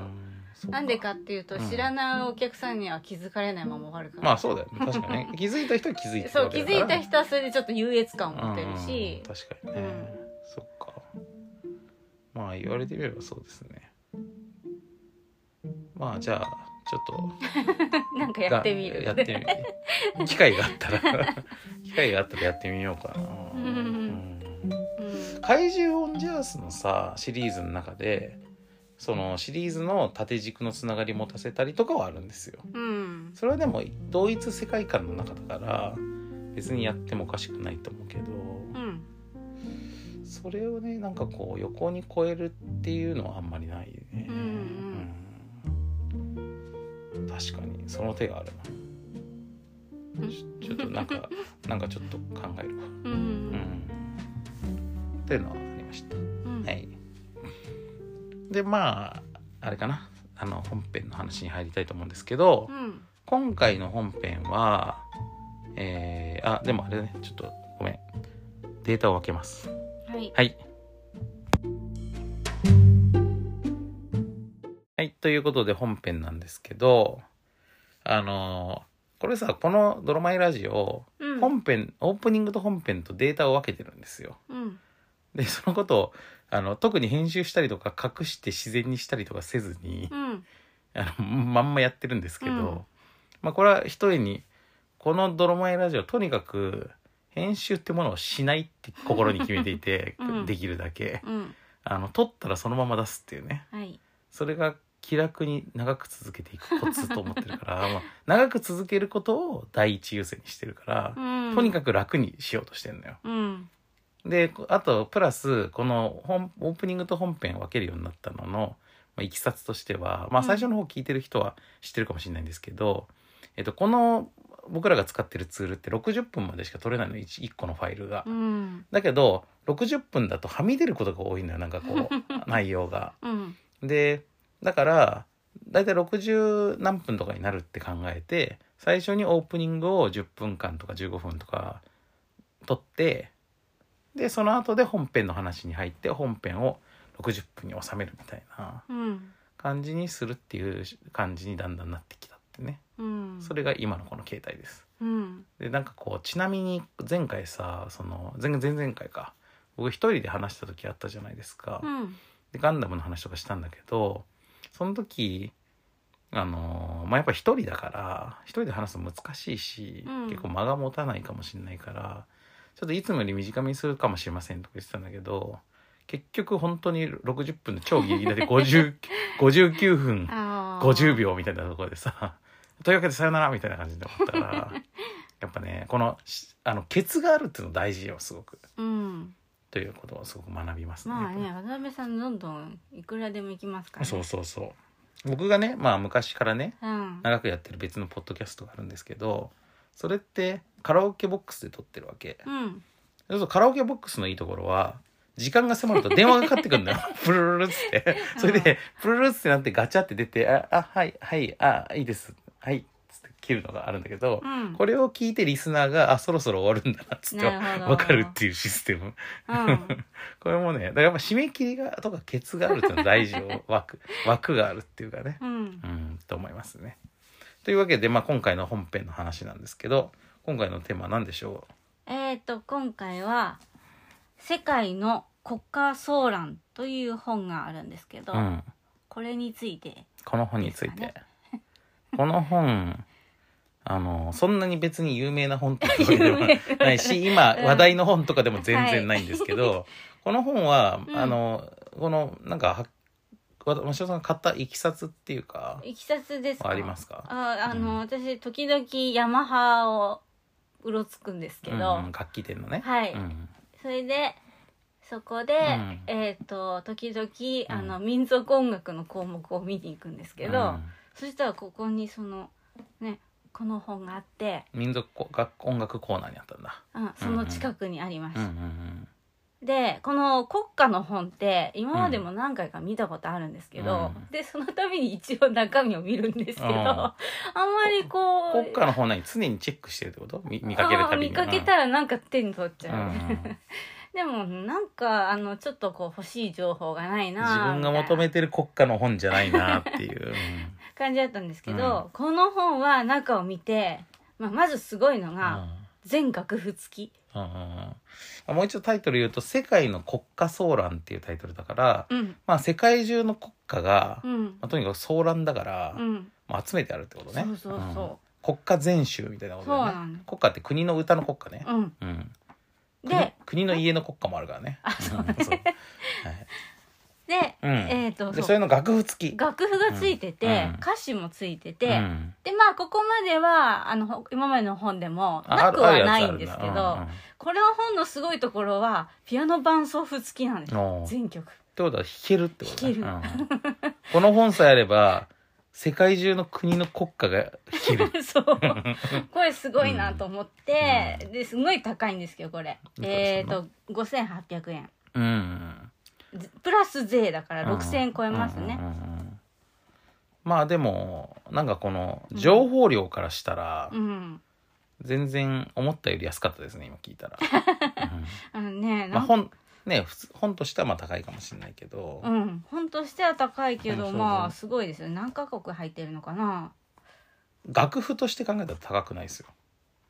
Speaker 1: そう
Speaker 2: なんでかっていうと、
Speaker 1: うん
Speaker 2: 知らないお客さんには気づかれないまま終わるから、
Speaker 1: まあそうだよね確かに ね気づいた人は気づいてる
Speaker 2: そう
Speaker 1: わ
Speaker 2: 気
Speaker 1: けだ
Speaker 2: づ
Speaker 1: か
Speaker 2: い
Speaker 1: ら
Speaker 2: た人はそれでちょっと優越感を持ってる
Speaker 1: う
Speaker 2: し
Speaker 1: ん、確かにね、そっかまあ言われてみればそうですねまあじゃあちょっ
Speaker 2: なんか
Speaker 1: と
Speaker 2: やってみる
Speaker 1: がやってみる機会があった ら機会があったらやってみようかな、
Speaker 2: うん
Speaker 1: うん
Speaker 2: うん
Speaker 1: 怪獣オンジャースのさシリーズの中でそのシリーズの縦軸のつながり持たせたりとかはあるんですよ
Speaker 2: うん
Speaker 1: それはでも同一世界観の中だから別にやってもおかしくないと思うけど、
Speaker 2: うん
Speaker 1: それをねなんかこう横に越えるっていうのはあんまりないね、
Speaker 2: うんうん
Speaker 1: うん確かにその手がある なちょっとなんかなんかちょっと考えるわ
Speaker 2: うんう
Speaker 1: うんんというのはありました。
Speaker 2: うん
Speaker 1: はい、でまああれかなあの本編の話に入りたいと思うんですけど、
Speaker 2: うん
Speaker 1: 今回の本編はえー、あでもあれねちょっとごめんデータを分けます
Speaker 2: はい
Speaker 1: はいはいということで本編なんですけどあのこれさこの「ドロマイラジオ
Speaker 2: う」ん
Speaker 1: 本編オープニングと本編とデータを分けてるんですよ
Speaker 2: うん
Speaker 1: でそのことをあの特に編集したりとか隠して自然にしたりとかせずに
Speaker 2: うん
Speaker 1: あのまんまやってるんですけど、
Speaker 2: うん
Speaker 1: まあこれは一重にこの「泥前ラジオ」とにかく編集ってものをしないって心に決めていて、
Speaker 2: うん
Speaker 1: できるだけ
Speaker 2: うん
Speaker 1: あの撮ったらそのまま出すっていうね
Speaker 2: はい
Speaker 1: それが気楽に長く続けていくコツと思ってる から、まあ、長く続けることを第一優先にしてるから、
Speaker 2: うん
Speaker 1: とにかく楽にしようとしてるのよ。
Speaker 2: うん
Speaker 1: でこあとプラスこの本オープニングと本編を分けるようになったのの、まあ、いきさつとしては、まあ、
Speaker 2: うん
Speaker 1: 最初の方聞いてる人は知ってるかもしれないんですけど、えっと、この僕らが使ってるツールって60分までしか取れないの 1, 個のファイルが。
Speaker 2: うん
Speaker 1: だけど60分だとはみ出ることが多いのよなんかこ う内容が。
Speaker 2: うん
Speaker 1: でだからだいたい60何分とかになるって考えて最初にオープニングを10分間とか15分とか撮ってでその後で本編の話に入って本編を60分に収めるみたいな
Speaker 2: うん
Speaker 1: 感じにするっていう感じにだんだんなってきたってね
Speaker 2: うん
Speaker 1: それが今のこの携帯です。
Speaker 2: うん
Speaker 1: でなんかこうちなみに前回さその前前々回か僕一人で話した時あったじゃないですか。
Speaker 2: うん
Speaker 1: でガンダムの話とかしたんだけどその時あのーまあやっぱ一人だから一人で話すの難しいし、
Speaker 2: うん
Speaker 1: 結構間が持たないかもしれないからちょっといつもより短めにするかもしれませんとか言ってたんだけど結局本当に60分の超ギリギリで50 59分
Speaker 2: あー
Speaker 1: 50秒みたいなところでさ「というわけでさよなら」みたいな感じで思ったらやっぱねこのしあのケツがあるっていうの大事よすごく。
Speaker 2: うん
Speaker 1: ということをすごく学びますね。
Speaker 2: まあね渡辺さんどんどんいくらでも行きますからね
Speaker 1: そうそうそう僕がねまあ昔からね
Speaker 2: うん
Speaker 1: 長くやってる別のポッドキャストがあるんですけどそれってカラオケボックスで撮ってるわけ
Speaker 2: うん
Speaker 1: そうするとカラオケボックスのいいところは時間が迫ると電話がかかってくるんだ よプルルルっつってそれでプルルルっつってなってガチャって出て「ああはいはいあいいですはい」っつって切るのがあるんだけど、
Speaker 2: うん
Speaker 1: これを聞いてリスナーが「あそろそろ終わるんだな」っつって
Speaker 2: なるほど
Speaker 1: 分かるっていうシステム
Speaker 2: うん
Speaker 1: これもねだからやっぱ締め切りがとかケツがあるっていうのは大事よ枠枠があるっていうかね
Speaker 2: うん
Speaker 1: うんと思いますね。というわけで、まあ、今回の本編の話なんですけど今回のテーマは何でしょ
Speaker 2: えー、と今回は「世界の国家騒乱」という本があるんですけ
Speaker 1: う、
Speaker 2: ど、
Speaker 1: うん、
Speaker 2: これについて
Speaker 1: この本について、
Speaker 2: です
Speaker 1: この本あのそんなに別に有名な本ってわけで はないし今
Speaker 2: うん
Speaker 1: 話題の本とかでも全然ないんですけど、この本は、
Speaker 2: うん
Speaker 1: あのこのなんかはわ鷲尾さんが買ったいきさつっていうか
Speaker 2: いきさつですか
Speaker 1: ありますか
Speaker 2: ああの、
Speaker 1: うん
Speaker 2: 私時々ヤマハをうろつくんですけど、
Speaker 1: うんうん、楽器店のね。
Speaker 2: はい
Speaker 1: うん
Speaker 2: それでそこで、
Speaker 1: うん
Speaker 2: えー、と時々、あ
Speaker 1: う
Speaker 2: の民族音楽の項目を見に行くんですけ
Speaker 1: う
Speaker 2: ど、
Speaker 1: ん
Speaker 2: そしたらここにそのねこの本があって、
Speaker 1: 民族こ楽音楽コーナーにあったんだ。
Speaker 2: うん、その近くにありまし
Speaker 1: う
Speaker 2: た。
Speaker 1: んうんうん
Speaker 2: でこの国家の本って今までも何回か見たことあるんですけど、
Speaker 1: うん
Speaker 2: でその度に一応中身を見るんですけど、
Speaker 1: うん
Speaker 2: あんまりこう
Speaker 1: 国家の方に常にチェックしてるってこと見見かけるた
Speaker 2: あー
Speaker 1: び
Speaker 2: 見
Speaker 1: に
Speaker 2: かけたらなんか手に取っち
Speaker 1: うん
Speaker 2: ゃう、でもなんかあのちょっとこう欲しい情報がないな
Speaker 1: 自分が求めてる国家の本じゃないなって いう、
Speaker 2: みたいな感じだったんですけど、この本は中を見て、まあ、まずすごいの
Speaker 1: うん
Speaker 2: が全楽譜付き、
Speaker 1: うんうんうんもう一度タイトル言うと「世界の国家騒乱」っていうタイトルだから、
Speaker 2: うん
Speaker 1: まあ、世界中の国家が、
Speaker 2: うん
Speaker 1: まあ、とにかく騒乱だから、
Speaker 2: うん、
Speaker 1: まあ、集めてあるってことね
Speaker 2: そうそうそ
Speaker 1: うん国家全集みたいなことだ
Speaker 2: そうな
Speaker 1: よね
Speaker 2: の
Speaker 1: 国家って国の歌の国家ね
Speaker 2: う、うん、
Speaker 1: うん
Speaker 2: で
Speaker 1: 国国の家の国家もあるからねあそうね、はい
Speaker 2: で、
Speaker 1: うん
Speaker 2: えっ、と
Speaker 1: で
Speaker 2: そう
Speaker 1: それの楽譜付き
Speaker 2: 楽譜がついてて、
Speaker 1: うん
Speaker 2: 歌詞もついてて、
Speaker 1: うん
Speaker 2: でまあここまではあのほ今までの本でも
Speaker 1: あ
Speaker 2: なくは
Speaker 1: ある
Speaker 2: な
Speaker 1: あ
Speaker 2: い
Speaker 1: るや
Speaker 2: んで
Speaker 1: つ
Speaker 2: す
Speaker 1: あ
Speaker 2: け
Speaker 1: る
Speaker 2: ど、
Speaker 1: な
Speaker 2: この本のすごいところはピアノ伴奏譜付きなんです
Speaker 1: うんうんおー
Speaker 2: 全曲
Speaker 1: ってことは弾けるってことだね
Speaker 2: 弾
Speaker 1: うんこの本さえあれば世界中の国の国家が弾け る
Speaker 2: そう これすごいなと思って、
Speaker 1: うん
Speaker 2: ですごい高いんですけどこれ
Speaker 1: いくらす
Speaker 2: え
Speaker 1: る
Speaker 2: っ、
Speaker 1: の
Speaker 2: と5800円
Speaker 1: うん
Speaker 2: ずプラス税だから
Speaker 1: うん
Speaker 2: 6000円超えます
Speaker 1: う
Speaker 2: ね
Speaker 1: んうんうんうんまあでもなんかこの情報量からしたら
Speaker 2: うん、
Speaker 1: 全然思ったより安かったですね今聞いた ら、
Speaker 2: あのね
Speaker 1: うんま
Speaker 2: な
Speaker 1: あ
Speaker 2: んか
Speaker 1: 本ね普通本としてはまあ高いかもしれないけど、
Speaker 2: うん本としては高いけ
Speaker 1: そう
Speaker 2: ど
Speaker 1: そう
Speaker 2: まあすごいですよ何カ国入ってるのかな
Speaker 1: 楽譜として考えたら高くないですよ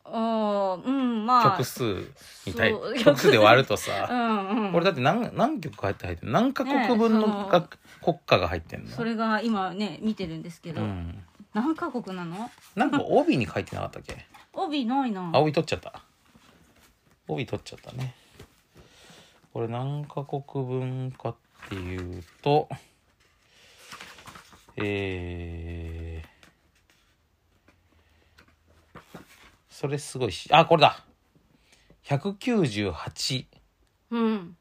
Speaker 2: おーうんまあ
Speaker 1: 曲数みたい
Speaker 2: そう
Speaker 1: 曲数で割ると
Speaker 2: う
Speaker 1: さ、
Speaker 2: んうん
Speaker 1: 俺だって何何曲入って入ってる何カ国分
Speaker 2: ねえそ
Speaker 1: の
Speaker 2: の
Speaker 1: 楽、国歌が入ってんの
Speaker 2: それが今ね見てるんですけ
Speaker 1: う
Speaker 2: ど、
Speaker 1: ん、
Speaker 2: 何カ国なの
Speaker 1: なんか帯に書いてなかったっけ
Speaker 2: 帯ないな
Speaker 1: あ帯取っちゃった帯取っちゃったねこれ何カ国分かっていうとえー、それすごいしあこれだ198
Speaker 2: うん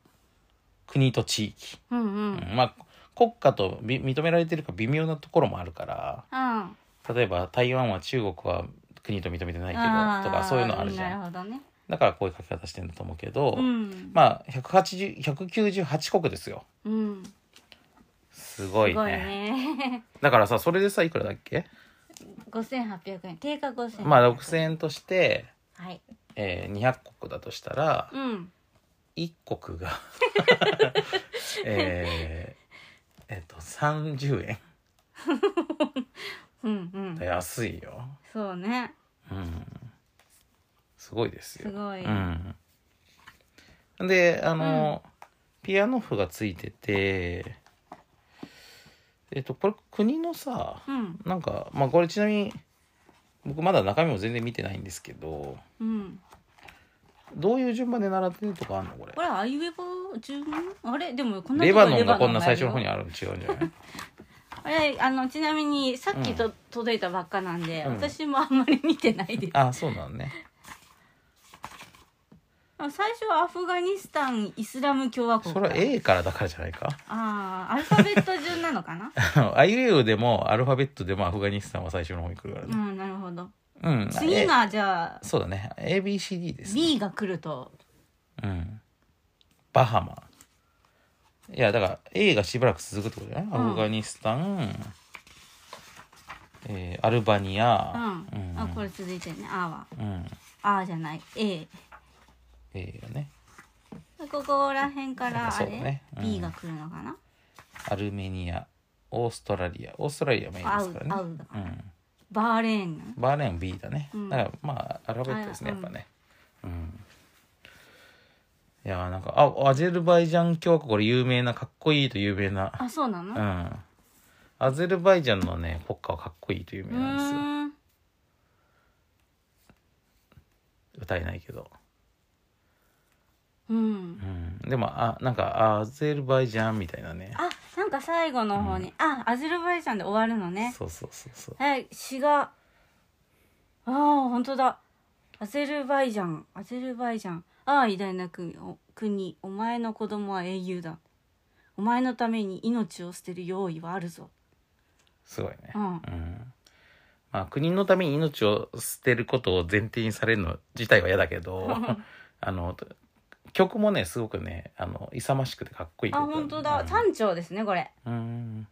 Speaker 1: 国と地域、
Speaker 2: うんう
Speaker 1: うんん、まあ国家とび認められてるか微妙なところもあるから
Speaker 2: あ
Speaker 1: 例えば台湾は中国は国と認めてないけど
Speaker 2: あ
Speaker 1: とかそういうのあるじゃん
Speaker 2: なるほどね
Speaker 1: だからこういう書き方してると思うけど、
Speaker 2: うん
Speaker 1: まあ180 198国ですよ
Speaker 2: うん
Speaker 1: すごいね
Speaker 2: すごいね
Speaker 1: だからさそれでさいくらだっけ、
Speaker 2: 5800円定価5000円
Speaker 1: まあ6,000円として、
Speaker 2: はい
Speaker 1: えー、200国だとしたら
Speaker 2: うん
Speaker 1: 1国 がえーえっと30円
Speaker 2: うんうん
Speaker 1: 安いよ
Speaker 2: そうね
Speaker 1: うんすごいですよ
Speaker 2: すごい
Speaker 1: うん、であの、ピアノ譜がついててえっとこれ国のさ
Speaker 2: うん
Speaker 1: なんかまあこれちなみに僕まだ中身も全然見てないんですけど
Speaker 2: うん
Speaker 1: どういう順番で習ってるとかあんのこれ
Speaker 2: これあいうえば順あれでもこんな
Speaker 1: レ
Speaker 2: とこ
Speaker 1: バノンがこんな最初の方に
Speaker 2: あ
Speaker 1: あるの違うんじゃない
Speaker 2: あれあのちなみにさっきと、届いたばっかなんで、
Speaker 1: うん
Speaker 2: 私もあんまり見てないです
Speaker 1: あそうなのね
Speaker 2: あ最初はアフガニスタンイスラム共和国
Speaker 1: それは A からだからじゃないか
Speaker 2: ああアルファベット順なのかな
Speaker 1: あいうえおでもアルファベットでもアフガニスタンは最初の方に来るから
Speaker 2: う
Speaker 1: ね
Speaker 2: んなるほど
Speaker 1: うん、
Speaker 2: 次がじゃあ
Speaker 1: えそうだね ABCD ですね
Speaker 2: B が来ると
Speaker 1: うんバハマいやだから A がしばらく続くってことじゃない、
Speaker 2: うん
Speaker 1: アフガニスタン、えーアルバニア
Speaker 2: うん、
Speaker 1: うん
Speaker 2: あこれ続いてるねあは
Speaker 1: うん
Speaker 2: あーじゃない A
Speaker 1: A がね
Speaker 2: ここら辺か
Speaker 1: なん
Speaker 2: ら
Speaker 1: か
Speaker 2: あ
Speaker 1: そ
Speaker 2: れ、
Speaker 1: うだねうん
Speaker 2: B が来るのかな
Speaker 1: アルメニアオーストラリアオーストラリアメイン
Speaker 2: 合
Speaker 1: です
Speaker 2: う
Speaker 1: か
Speaker 2: 合
Speaker 1: らね、
Speaker 2: うだ
Speaker 1: う
Speaker 2: から
Speaker 1: ん、
Speaker 2: バーレーンな
Speaker 1: バーレーン B だね、
Speaker 2: うん
Speaker 1: だからまあアルファベットですね
Speaker 2: あ
Speaker 1: やっぱねうんいやーなんかあアゼルバイジャン共和国これ有名なかっこいいと有名な
Speaker 2: あそうな
Speaker 1: う
Speaker 2: の
Speaker 1: んアゼルバイジャンのね国歌はかっこいいと有
Speaker 2: う
Speaker 1: 名なんですよ
Speaker 2: ーん
Speaker 1: 歌えないけど、
Speaker 2: うん
Speaker 1: うん、でもあなんかアゼルバイジャンみたいなね
Speaker 2: あなんか最後の方に、あアゼルバイジャンで終わるのね
Speaker 1: そうそうそうそう
Speaker 2: え詩がああ本当だアゼルバイジャンアゼルバイジャンああ偉大な国お国お前の子供は英雄だお前のために命を捨てる用意はあるぞ
Speaker 1: すごいね
Speaker 2: うん
Speaker 1: うんまあ国のために命を捨てることを前提にされるの自体は嫌だけ どあの曲もねすごくねあの勇ましくてかっこいい
Speaker 2: あ
Speaker 1: 曲
Speaker 2: 本当だ単調ですねこれ
Speaker 1: うん、うん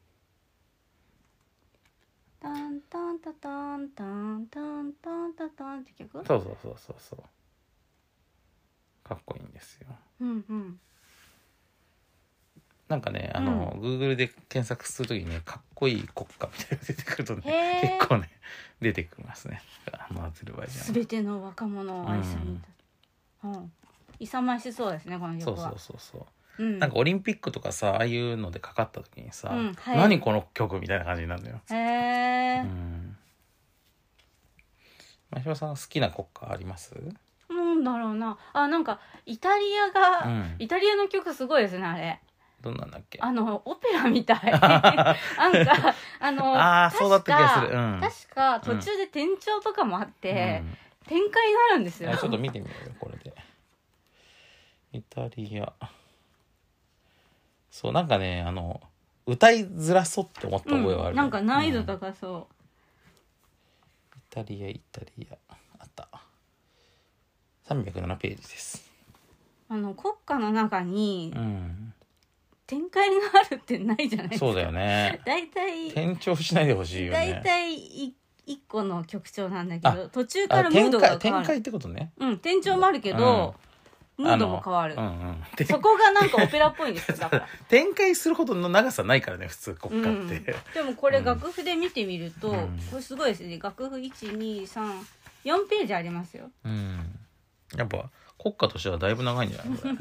Speaker 2: タンタンタタンタンタンタンタタンって曲
Speaker 1: そうそうそうそうそうかっこいいんですよ
Speaker 2: うん うん
Speaker 1: なんかねあの、Google で検索するときにねかっこいい国家みたいなのが出てくるとね
Speaker 2: へえ
Speaker 1: 結構ね出てきますねあのアゼルバイジャン
Speaker 2: 全ての若者を愛するみたいな、うん、勇ましそうですねこの曲
Speaker 1: そう
Speaker 2: は
Speaker 1: そうそうそう、
Speaker 2: うん
Speaker 1: なんかオリンピックとかさああいうのでかかった時にさ、
Speaker 2: うんはい
Speaker 1: 何この曲みたいな感じになるのよ、
Speaker 2: へえ、
Speaker 1: うん真島さん好きな国歌あります
Speaker 2: なんだろうなあなんかイタリアが、
Speaker 1: うん
Speaker 2: イタリアの曲すごいですねあれ
Speaker 1: どんなんだっけ
Speaker 2: あのオペラみた いなんかあの
Speaker 1: あー
Speaker 2: 確か
Speaker 1: そうだった気がするうん
Speaker 2: 確か途中で転調とかもあって、
Speaker 1: うん
Speaker 2: 展開があるんですよ
Speaker 1: あちょっと見てみようよこれでイタリアそうなんかねあの歌いづらそうって思った覚えはある、
Speaker 2: うん、なんか難易度
Speaker 1: うんイ
Speaker 2: 高そ
Speaker 1: タリアイタリアあった307ページです
Speaker 2: う、あの国家の中に
Speaker 1: うん、
Speaker 2: 展開があるってないじゃないですか
Speaker 1: そうだよね
Speaker 2: 大体
Speaker 1: 転調しないでほしいよ
Speaker 2: 大
Speaker 1: ね
Speaker 2: 体い一個の曲調なんだけど途中か
Speaker 1: あ
Speaker 2: らムー
Speaker 1: 展
Speaker 2: ドが
Speaker 1: 開
Speaker 2: 変わ
Speaker 1: 展開
Speaker 2: る
Speaker 1: ってことね
Speaker 2: うん転調もあるけど、ムードも変わる、
Speaker 1: あのうんうんで
Speaker 2: そこがなんかオペラっぽいんですよ だから
Speaker 1: 展開するほどの長さないからね普通国家って、
Speaker 2: でもこれ楽譜で見てみると、
Speaker 1: うん
Speaker 2: これすごいですね楽譜1234ページありますよ
Speaker 1: うんやっぱ国家としてはだいぶ長いんじゃない これ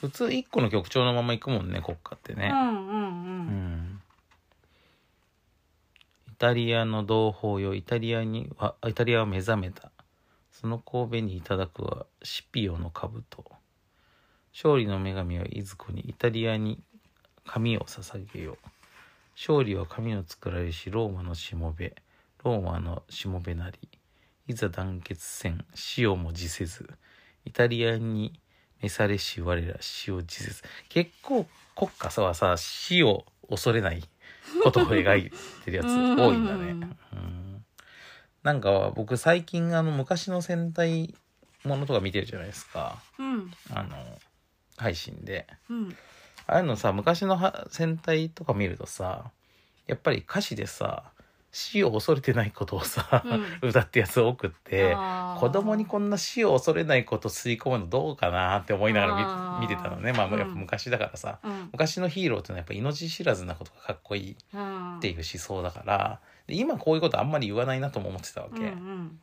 Speaker 1: 普通一個の曲調のまま行くもんね国家って
Speaker 2: う
Speaker 1: ね、
Speaker 2: んうん
Speaker 1: う
Speaker 2: うん
Speaker 1: んイタリアの同胞よイタリアにはイタリアは目覚めたその神戸にいただくはシピオの兜勝利の女神はいずこにイタリアに髪を捧げよ勝利は髪を作られしローマのしもべローマのしもべなりいざ団結せん死をも辞せずイタリアに召されし我ら死を辞せず結構国家さはさ死を恐れないことを描いてるやつ
Speaker 2: うん
Speaker 1: 多いんだね。うんなんか僕最近あの昔の戦隊ものとか見てるじゃないですか
Speaker 2: うん
Speaker 1: あの配信で。
Speaker 2: うん
Speaker 1: ああいうのさ昔のは戦隊とか見るとさやっぱり歌詞でさ死を恐れてないことをさ、歌ってやつ多くって子供にこんな死を恐れないこと吸い込むのどうかなって思いながら
Speaker 2: あー
Speaker 1: 見見てたのねまあ
Speaker 2: うん
Speaker 1: やっぱ昔だからさ、
Speaker 2: うんうん
Speaker 1: 昔のヒーローってのはやっぱ命知らずなことがかっこいいっ
Speaker 2: うん
Speaker 1: ていう思想だからで今こういうことあんまり言わないなとも思ってたわ
Speaker 2: うん
Speaker 1: け、
Speaker 2: うん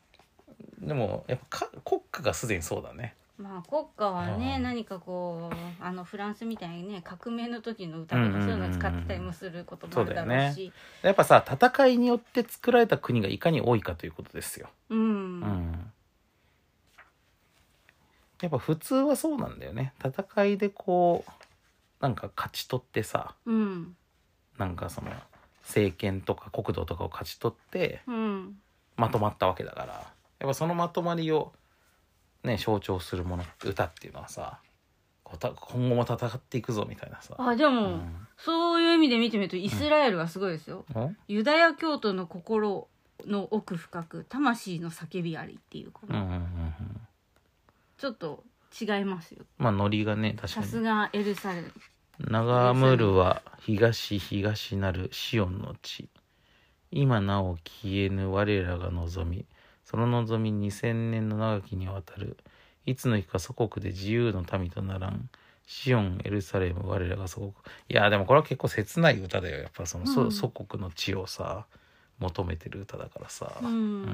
Speaker 1: でもやっぱか国家がすでにそうだね
Speaker 2: まあ国家はね、
Speaker 1: うん
Speaker 2: 何かこうあのフランスみたいにね革命の時の歌とかそういうのを使ってたりもすることもあるだろうし
Speaker 1: やっぱさ戦いによって作られた国がいかに多いかということですよ
Speaker 2: うん
Speaker 1: うんやっぱ普通はそうなんだよね戦いでこうなんか勝ち取ってさ
Speaker 2: うん
Speaker 1: なんかその政権とか国土とかを勝ち取って
Speaker 2: うん
Speaker 1: まとまったわけだからやっぱそのまとまりをね象徴するもの歌っていうのはさこうた今後も戦っていくぞみたいなさ、
Speaker 2: あでも、
Speaker 1: うん
Speaker 2: そういう意味で見てみるとイスラエルはすごいですよ、
Speaker 1: うん
Speaker 2: ユダヤ教徒の心の奥深く魂の叫びありっていうこ
Speaker 1: うんう
Speaker 2: の、
Speaker 1: んうんうん
Speaker 2: ちょっと違いますよ
Speaker 1: まあノリがね確か
Speaker 2: さ
Speaker 1: に
Speaker 2: すがエルサレム
Speaker 1: 長むるは東東なるシオンの地今なお消えぬ我らが望みその望み2000年の長きにわたるいつの日か祖国で自由の民とならんシオンエルサレム我らが祖国いやでもこれは結構切ない歌だよやっぱその、そ
Speaker 2: うん
Speaker 1: 祖国の地をさ求めてる歌だからさ
Speaker 2: う
Speaker 1: うんん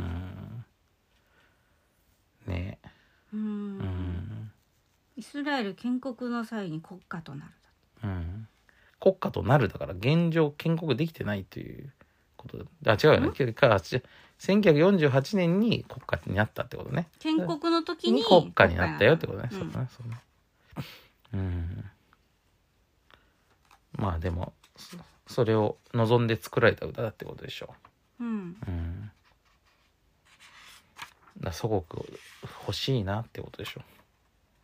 Speaker 1: ね
Speaker 2: うん、
Speaker 1: うん
Speaker 2: イスラエル建国の際に国家となる
Speaker 1: うん、国家となるだから現状建国できてないということだあ違うよね
Speaker 2: ん
Speaker 1: きゅうかあち1948年に国家になったってことね
Speaker 2: 建国の時に
Speaker 1: 国家になったよってことね
Speaker 2: うん
Speaker 1: そうだねそうねうんまあでもそそれを望んで作られた歌だってことでしょ
Speaker 2: うん
Speaker 1: う、うん、だから祖国を欲しいなってことでしょ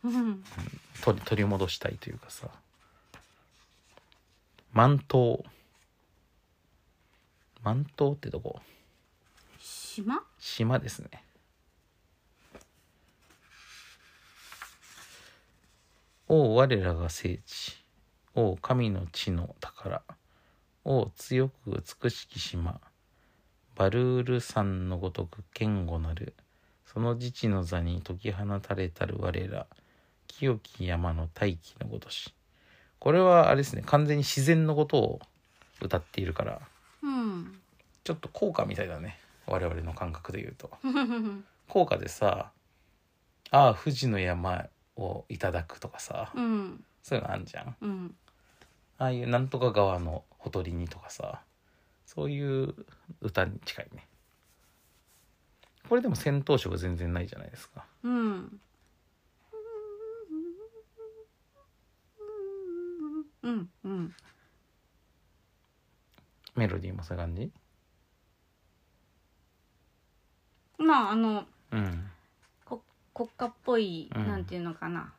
Speaker 2: うん
Speaker 1: 取り取り戻したいというかさ満島満島ってどこ
Speaker 2: 島
Speaker 1: 島ですねおう我らが聖地おう神の地の宝おう強く美しき島バルール山のごとく堅固なるその自治の座に解き放たれたる我ら清き山の大気のごとしこれはあれですね完全に自然のことを歌っているから
Speaker 2: うん
Speaker 1: ちょっと効果みたいだね我々の感覚で言うと。効果でさ「ああ富士の山をいただく」とかさ、
Speaker 2: うん
Speaker 1: そういうのあんじゃん
Speaker 2: うん
Speaker 1: ああいうなんとか川のほとりにとかさそういう歌に近いねこれでも戦闘色全然ないじゃないですか
Speaker 2: うんうんうん
Speaker 1: メロディーもそういう感じ
Speaker 2: まああの
Speaker 1: うん
Speaker 2: こ国家っぽい、
Speaker 1: うん
Speaker 2: なんていうのかな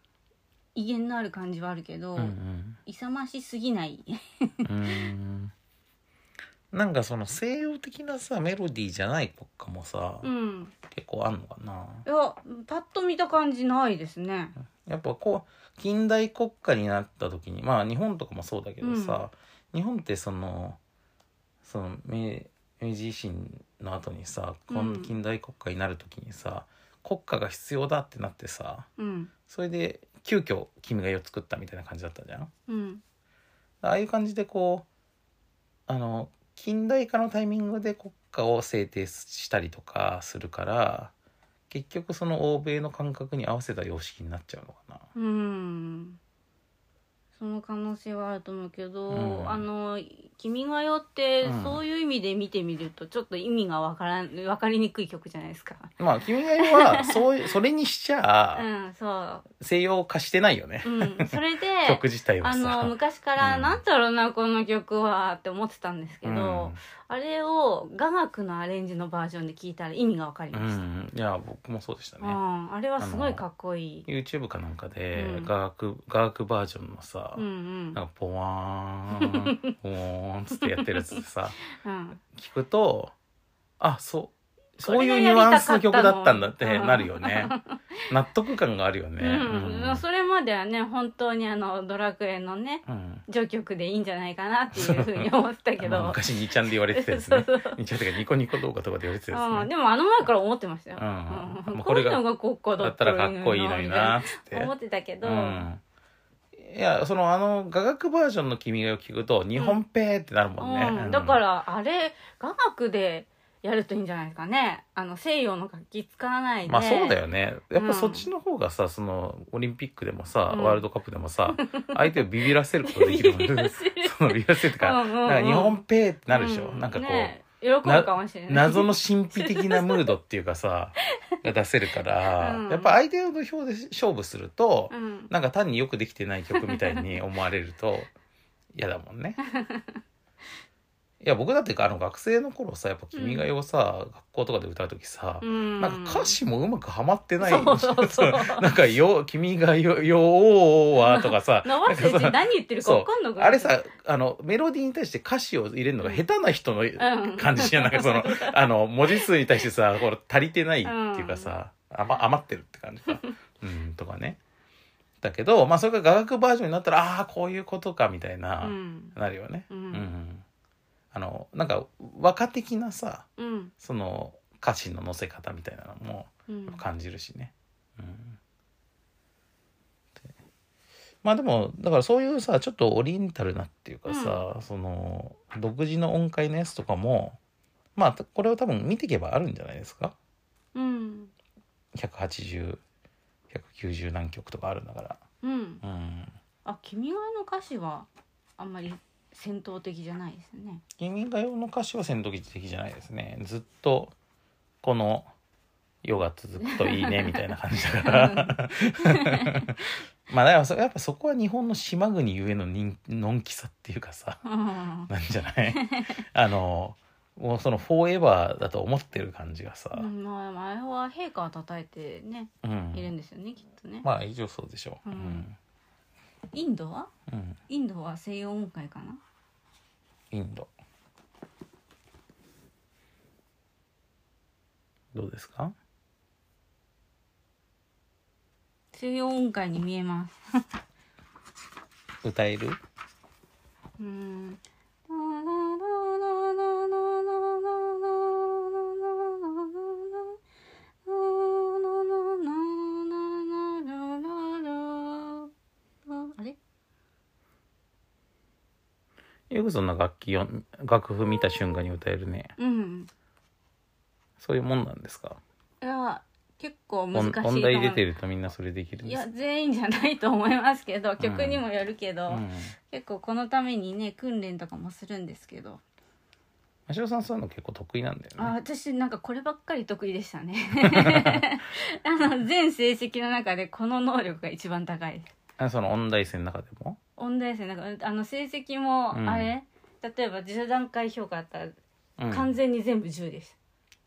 Speaker 2: 威厳のある感じはあるけど、
Speaker 1: うんうん
Speaker 2: 勇ましすぎない
Speaker 1: うーんなんかその西洋的なさメロディーじゃないとかもさ、
Speaker 2: うん
Speaker 1: 結構あんのかない
Speaker 2: やパッと見た感じないですね
Speaker 1: やっぱこう近代国家になった時にまあ日本とかもそうだけどさ、日本ってそのその明明治維新の後にさこ
Speaker 2: う
Speaker 1: の
Speaker 2: ん
Speaker 1: 近代国家になる時にさ、国家が必要だってなってさ
Speaker 2: うん
Speaker 1: それで急遽君が代」を作ったみたいな感じだったじゃん。
Speaker 2: うん
Speaker 1: ああいう感じでこうあの近代化のタイミングで国家を制定したりとかするから結局その欧米の感覚に合わせた様式になっちゃうのかな。
Speaker 2: うんその可能性はあると思うけど、
Speaker 1: うん
Speaker 2: あの「君が代」って
Speaker 1: うん
Speaker 2: そういう意味で見てみるとちょっと意味がわからんわかりにくい曲じゃないですか。
Speaker 1: まあ君が代はそう いうそれにしち
Speaker 2: う
Speaker 1: ゃあ
Speaker 2: ん、そ
Speaker 1: 西洋化してないよね、
Speaker 2: う、 うん、それで
Speaker 1: 曲自体は
Speaker 2: あ
Speaker 1: さ。
Speaker 2: の昔から
Speaker 1: う
Speaker 2: 「
Speaker 1: ん
Speaker 2: なんだろうなこの曲は」って思ってたんですけど、あれを雅楽のアレンジのバージョンで聞いたら意味がわかり
Speaker 1: う
Speaker 2: ま
Speaker 1: ん、
Speaker 2: した。
Speaker 1: うんいや僕もそうでした
Speaker 2: う
Speaker 1: ね。
Speaker 2: ん、あれはすごいかっこいい。
Speaker 1: YouTube かなんかで
Speaker 2: うん
Speaker 1: 雅楽雅楽バージョンのさ、
Speaker 2: うんうん
Speaker 1: なんかポワーンポーンつってやってるやつでさ
Speaker 2: うん
Speaker 1: 聞くとあそう
Speaker 2: こ
Speaker 1: そう
Speaker 2: れ
Speaker 1: い
Speaker 2: が
Speaker 1: う
Speaker 2: や
Speaker 1: ニ
Speaker 2: り
Speaker 1: ュア
Speaker 2: たかったの
Speaker 1: ンスの曲だったんだって
Speaker 2: うん
Speaker 1: なるよね 納得感があるよね
Speaker 2: うんそれまではね本当にあの「ドラクエ」のね
Speaker 1: うん
Speaker 2: 序曲でいいんじゃないかなっていうふうに思ってたけ
Speaker 1: あの
Speaker 2: ど、
Speaker 1: 昔2ちゃんで言われてたやつ
Speaker 2: そう
Speaker 1: ね
Speaker 2: そう
Speaker 1: 2ちゃんってかニコニコ動画とかで言われてた
Speaker 2: う
Speaker 1: や
Speaker 2: ん、
Speaker 1: つね
Speaker 2: でもあの前から思ってましたよ、
Speaker 1: うん
Speaker 2: うん
Speaker 1: もう
Speaker 2: こ
Speaker 1: こ
Speaker 2: うい
Speaker 1: れ
Speaker 2: う
Speaker 1: が
Speaker 2: のが国家
Speaker 1: だ
Speaker 2: だ
Speaker 1: ったらかっこいいのになーっつっ
Speaker 2: みたいな思
Speaker 1: て
Speaker 2: ってたけど、
Speaker 1: うんいやそのあの雅楽バージョンの「君が代」を聞くと「日本ペー」ってなるもんね、
Speaker 2: うんだからあれ雅楽でやるといいんじゃないですかねあの西洋の楽器使わないで
Speaker 1: まあそうだよねやっ
Speaker 2: うん
Speaker 1: ぱそっちの方がさそのオリンピックでもさ、
Speaker 2: うん
Speaker 1: ワールドカップでもさ相手をビビらせることができるもんね
Speaker 2: ビビらせる
Speaker 1: そのビビらせるってか,、
Speaker 2: うんうんうん
Speaker 1: なんか日本ペーってなるで しょ、
Speaker 2: う
Speaker 1: なんかこう、
Speaker 2: ね喜ぶかもしれない
Speaker 1: 謎の神秘的なムードっていうかさが出せるから、
Speaker 2: うん
Speaker 1: やっぱ相手の土俵で勝負すると、
Speaker 2: うん
Speaker 1: なんか単によくできてない曲みたい に思われると嫌だもんね。いや僕だってあの学生の頃さやっぱ「君が代」をさ、学校とかで歌う時さ、
Speaker 2: うん
Speaker 1: なんか歌詞もうまくはまってない。
Speaker 2: そうそうそう
Speaker 1: なんか、よ、君がよ、よーわとか
Speaker 2: 。
Speaker 1: さ
Speaker 2: 伸ばしてるうちに何言ってるか
Speaker 1: そ
Speaker 2: 分
Speaker 1: う
Speaker 2: かんなくなっちゃう
Speaker 1: あれさ、あの、メロディーに対して歌詞を入れるのが下手な人の
Speaker 2: ん
Speaker 1: 感じじゃない、その、 あの、文字数に対してさ、これ足りてないっていうかさ、あま、余ってるって感じ か。うん、とかね。だけど、まあ、それが雅楽バージョンになったら、ああー、こういうことか、みたいな、
Speaker 2: うん
Speaker 1: なるよね。
Speaker 2: うん
Speaker 1: あの、なんか、和歌的なさ、
Speaker 2: うん
Speaker 1: その、歌詞の載せ方みたいなのも、
Speaker 2: うん
Speaker 1: 感じるしね。うんでまあでもだからそういうさちょっとオリエンタルなっていうかさ、その独自の音階のやつとかもまあたこれを多分見ていけばあるんじゃないですか
Speaker 2: うん
Speaker 1: 180190何曲とかあるんだか
Speaker 2: うん
Speaker 1: ら。うん
Speaker 2: あ君はの歌詞はあんまり戦闘的じゃないです ね
Speaker 1: 君が代の歌詞は戦闘機的じゃないですねずっとこの世が続くといいねみたいな感じだから まあだからそやっぱそこは日本の島国ゆえの人のんきさっていうかさ
Speaker 2: うん
Speaker 1: なんじゃない あのもうそのフォーエバーだと思ってる感じがさ、
Speaker 2: うんまあ前は陛下を叩いてね
Speaker 1: うん
Speaker 2: いるんですよねきっとね
Speaker 1: まあ以上そうでしょう、
Speaker 2: う
Speaker 1: うんん
Speaker 2: インドは
Speaker 1: うん、
Speaker 2: インドは西洋音階かな
Speaker 1: インドどうですか
Speaker 2: 西洋音階に見えます
Speaker 1: 歌える
Speaker 2: うんあれ
Speaker 1: よくそんな楽器よ楽譜見た瞬間に歌えるね
Speaker 2: うん
Speaker 1: そういうもんなんですか
Speaker 2: いや結構難し
Speaker 1: 音
Speaker 2: いと
Speaker 1: 音
Speaker 2: 思う
Speaker 1: 大出てるとみんなそれできるん
Speaker 2: い
Speaker 1: です
Speaker 2: や全員じゃないと思いますけど曲にもよるけど、
Speaker 1: うん
Speaker 2: 結構このためにね訓練とかもするんですけど、
Speaker 1: 真汐さんそういうの結構得意なんだ
Speaker 2: あ
Speaker 1: よね
Speaker 2: 私なんかこればっかり得意でしたね あの全成績の中でこの能力が一番高いです
Speaker 1: あその音大生の中でも
Speaker 2: 音大生なんかあの成績も
Speaker 1: うん
Speaker 2: あれ、例えば10段階評価あったら
Speaker 1: うん
Speaker 2: 完全に全部10です、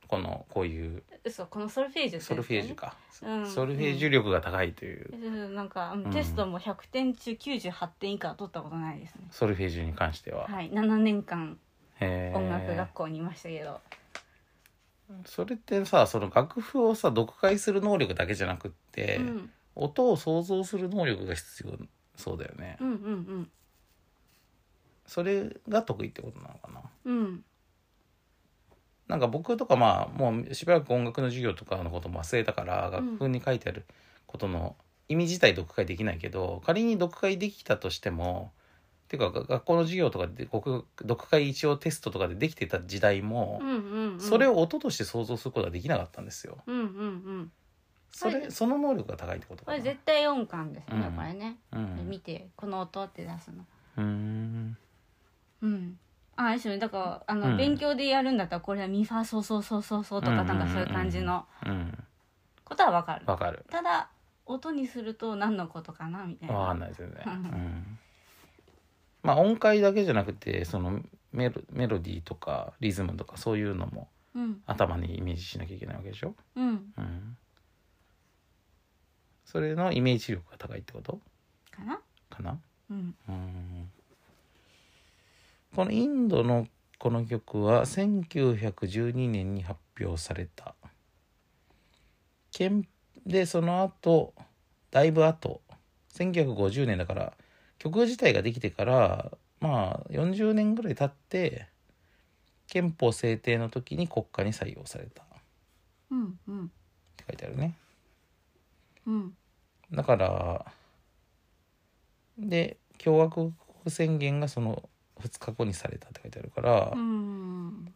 Speaker 1: このこういう
Speaker 2: 嘘このソルフェージュって
Speaker 1: ソルフェージュか
Speaker 2: うん
Speaker 1: ソルフェージュ力が高いという
Speaker 2: うんなんかうん
Speaker 1: うん
Speaker 2: テストも100点中98点以下は取ったことないですね、
Speaker 1: ソルフェージュに関しては
Speaker 2: はい7年間
Speaker 1: へー
Speaker 2: 音楽学校にいましたけど
Speaker 1: それってさその楽譜をさ読解する能力だけじゃなくって、
Speaker 2: うん
Speaker 1: 音を想像する能力が必要そうだよね、
Speaker 2: うんうん
Speaker 1: それが得意ってことなのかな
Speaker 2: うんうん
Speaker 1: なんか僕とかまあもうしばらく音楽の授業とかのことも忘れたから
Speaker 2: うん
Speaker 1: 楽譜に書いてあることの意味自体読解できないけど仮に読解できたとしてもっていうかが学校の授業とかで国読解一応テストとかでできてた時代も
Speaker 2: う、んうんうん
Speaker 1: それを音として想像することはできなかったんですよ。
Speaker 2: うんうんうん
Speaker 1: そ
Speaker 2: は
Speaker 1: れ
Speaker 2: い
Speaker 1: その能力が高いってこと
Speaker 2: こ
Speaker 1: か
Speaker 2: れ
Speaker 1: な。
Speaker 2: 絶対音感ですね、
Speaker 1: うん
Speaker 2: これね、
Speaker 1: うん
Speaker 2: 見てこの音って出すの
Speaker 1: うーん
Speaker 2: うんああれですよねだからあの、
Speaker 1: うん
Speaker 2: 勉強でやるんだったらこれはミファソソソソソとか、なんかそういう感じの
Speaker 1: うん
Speaker 2: ことはわかる
Speaker 1: わかる。
Speaker 2: ただ音にすると何のことかなみたい
Speaker 1: わか
Speaker 2: なん
Speaker 1: ない全然、
Speaker 2: う
Speaker 1: うんん、まあ音階だけじゃなくてそのメロメロディーとかリズムとかそういうのも
Speaker 2: うん
Speaker 1: 頭にイメージしなきゃいけないわけでしょ、
Speaker 2: うん
Speaker 1: うん、それのイメージ力が高いってこと
Speaker 2: かな
Speaker 1: かな
Speaker 2: うん
Speaker 1: うんこのインドのこの曲は1912年に発表された憲でその後だいぶ後1950年だから曲自体ができてからまあ40年ぐらい経って憲法制定の時に国家に採用されたっ
Speaker 2: うんうん
Speaker 1: て書いてあるね
Speaker 2: うん
Speaker 1: だからで共和国宣言がその2日後にされたって書いてあるから、
Speaker 2: うん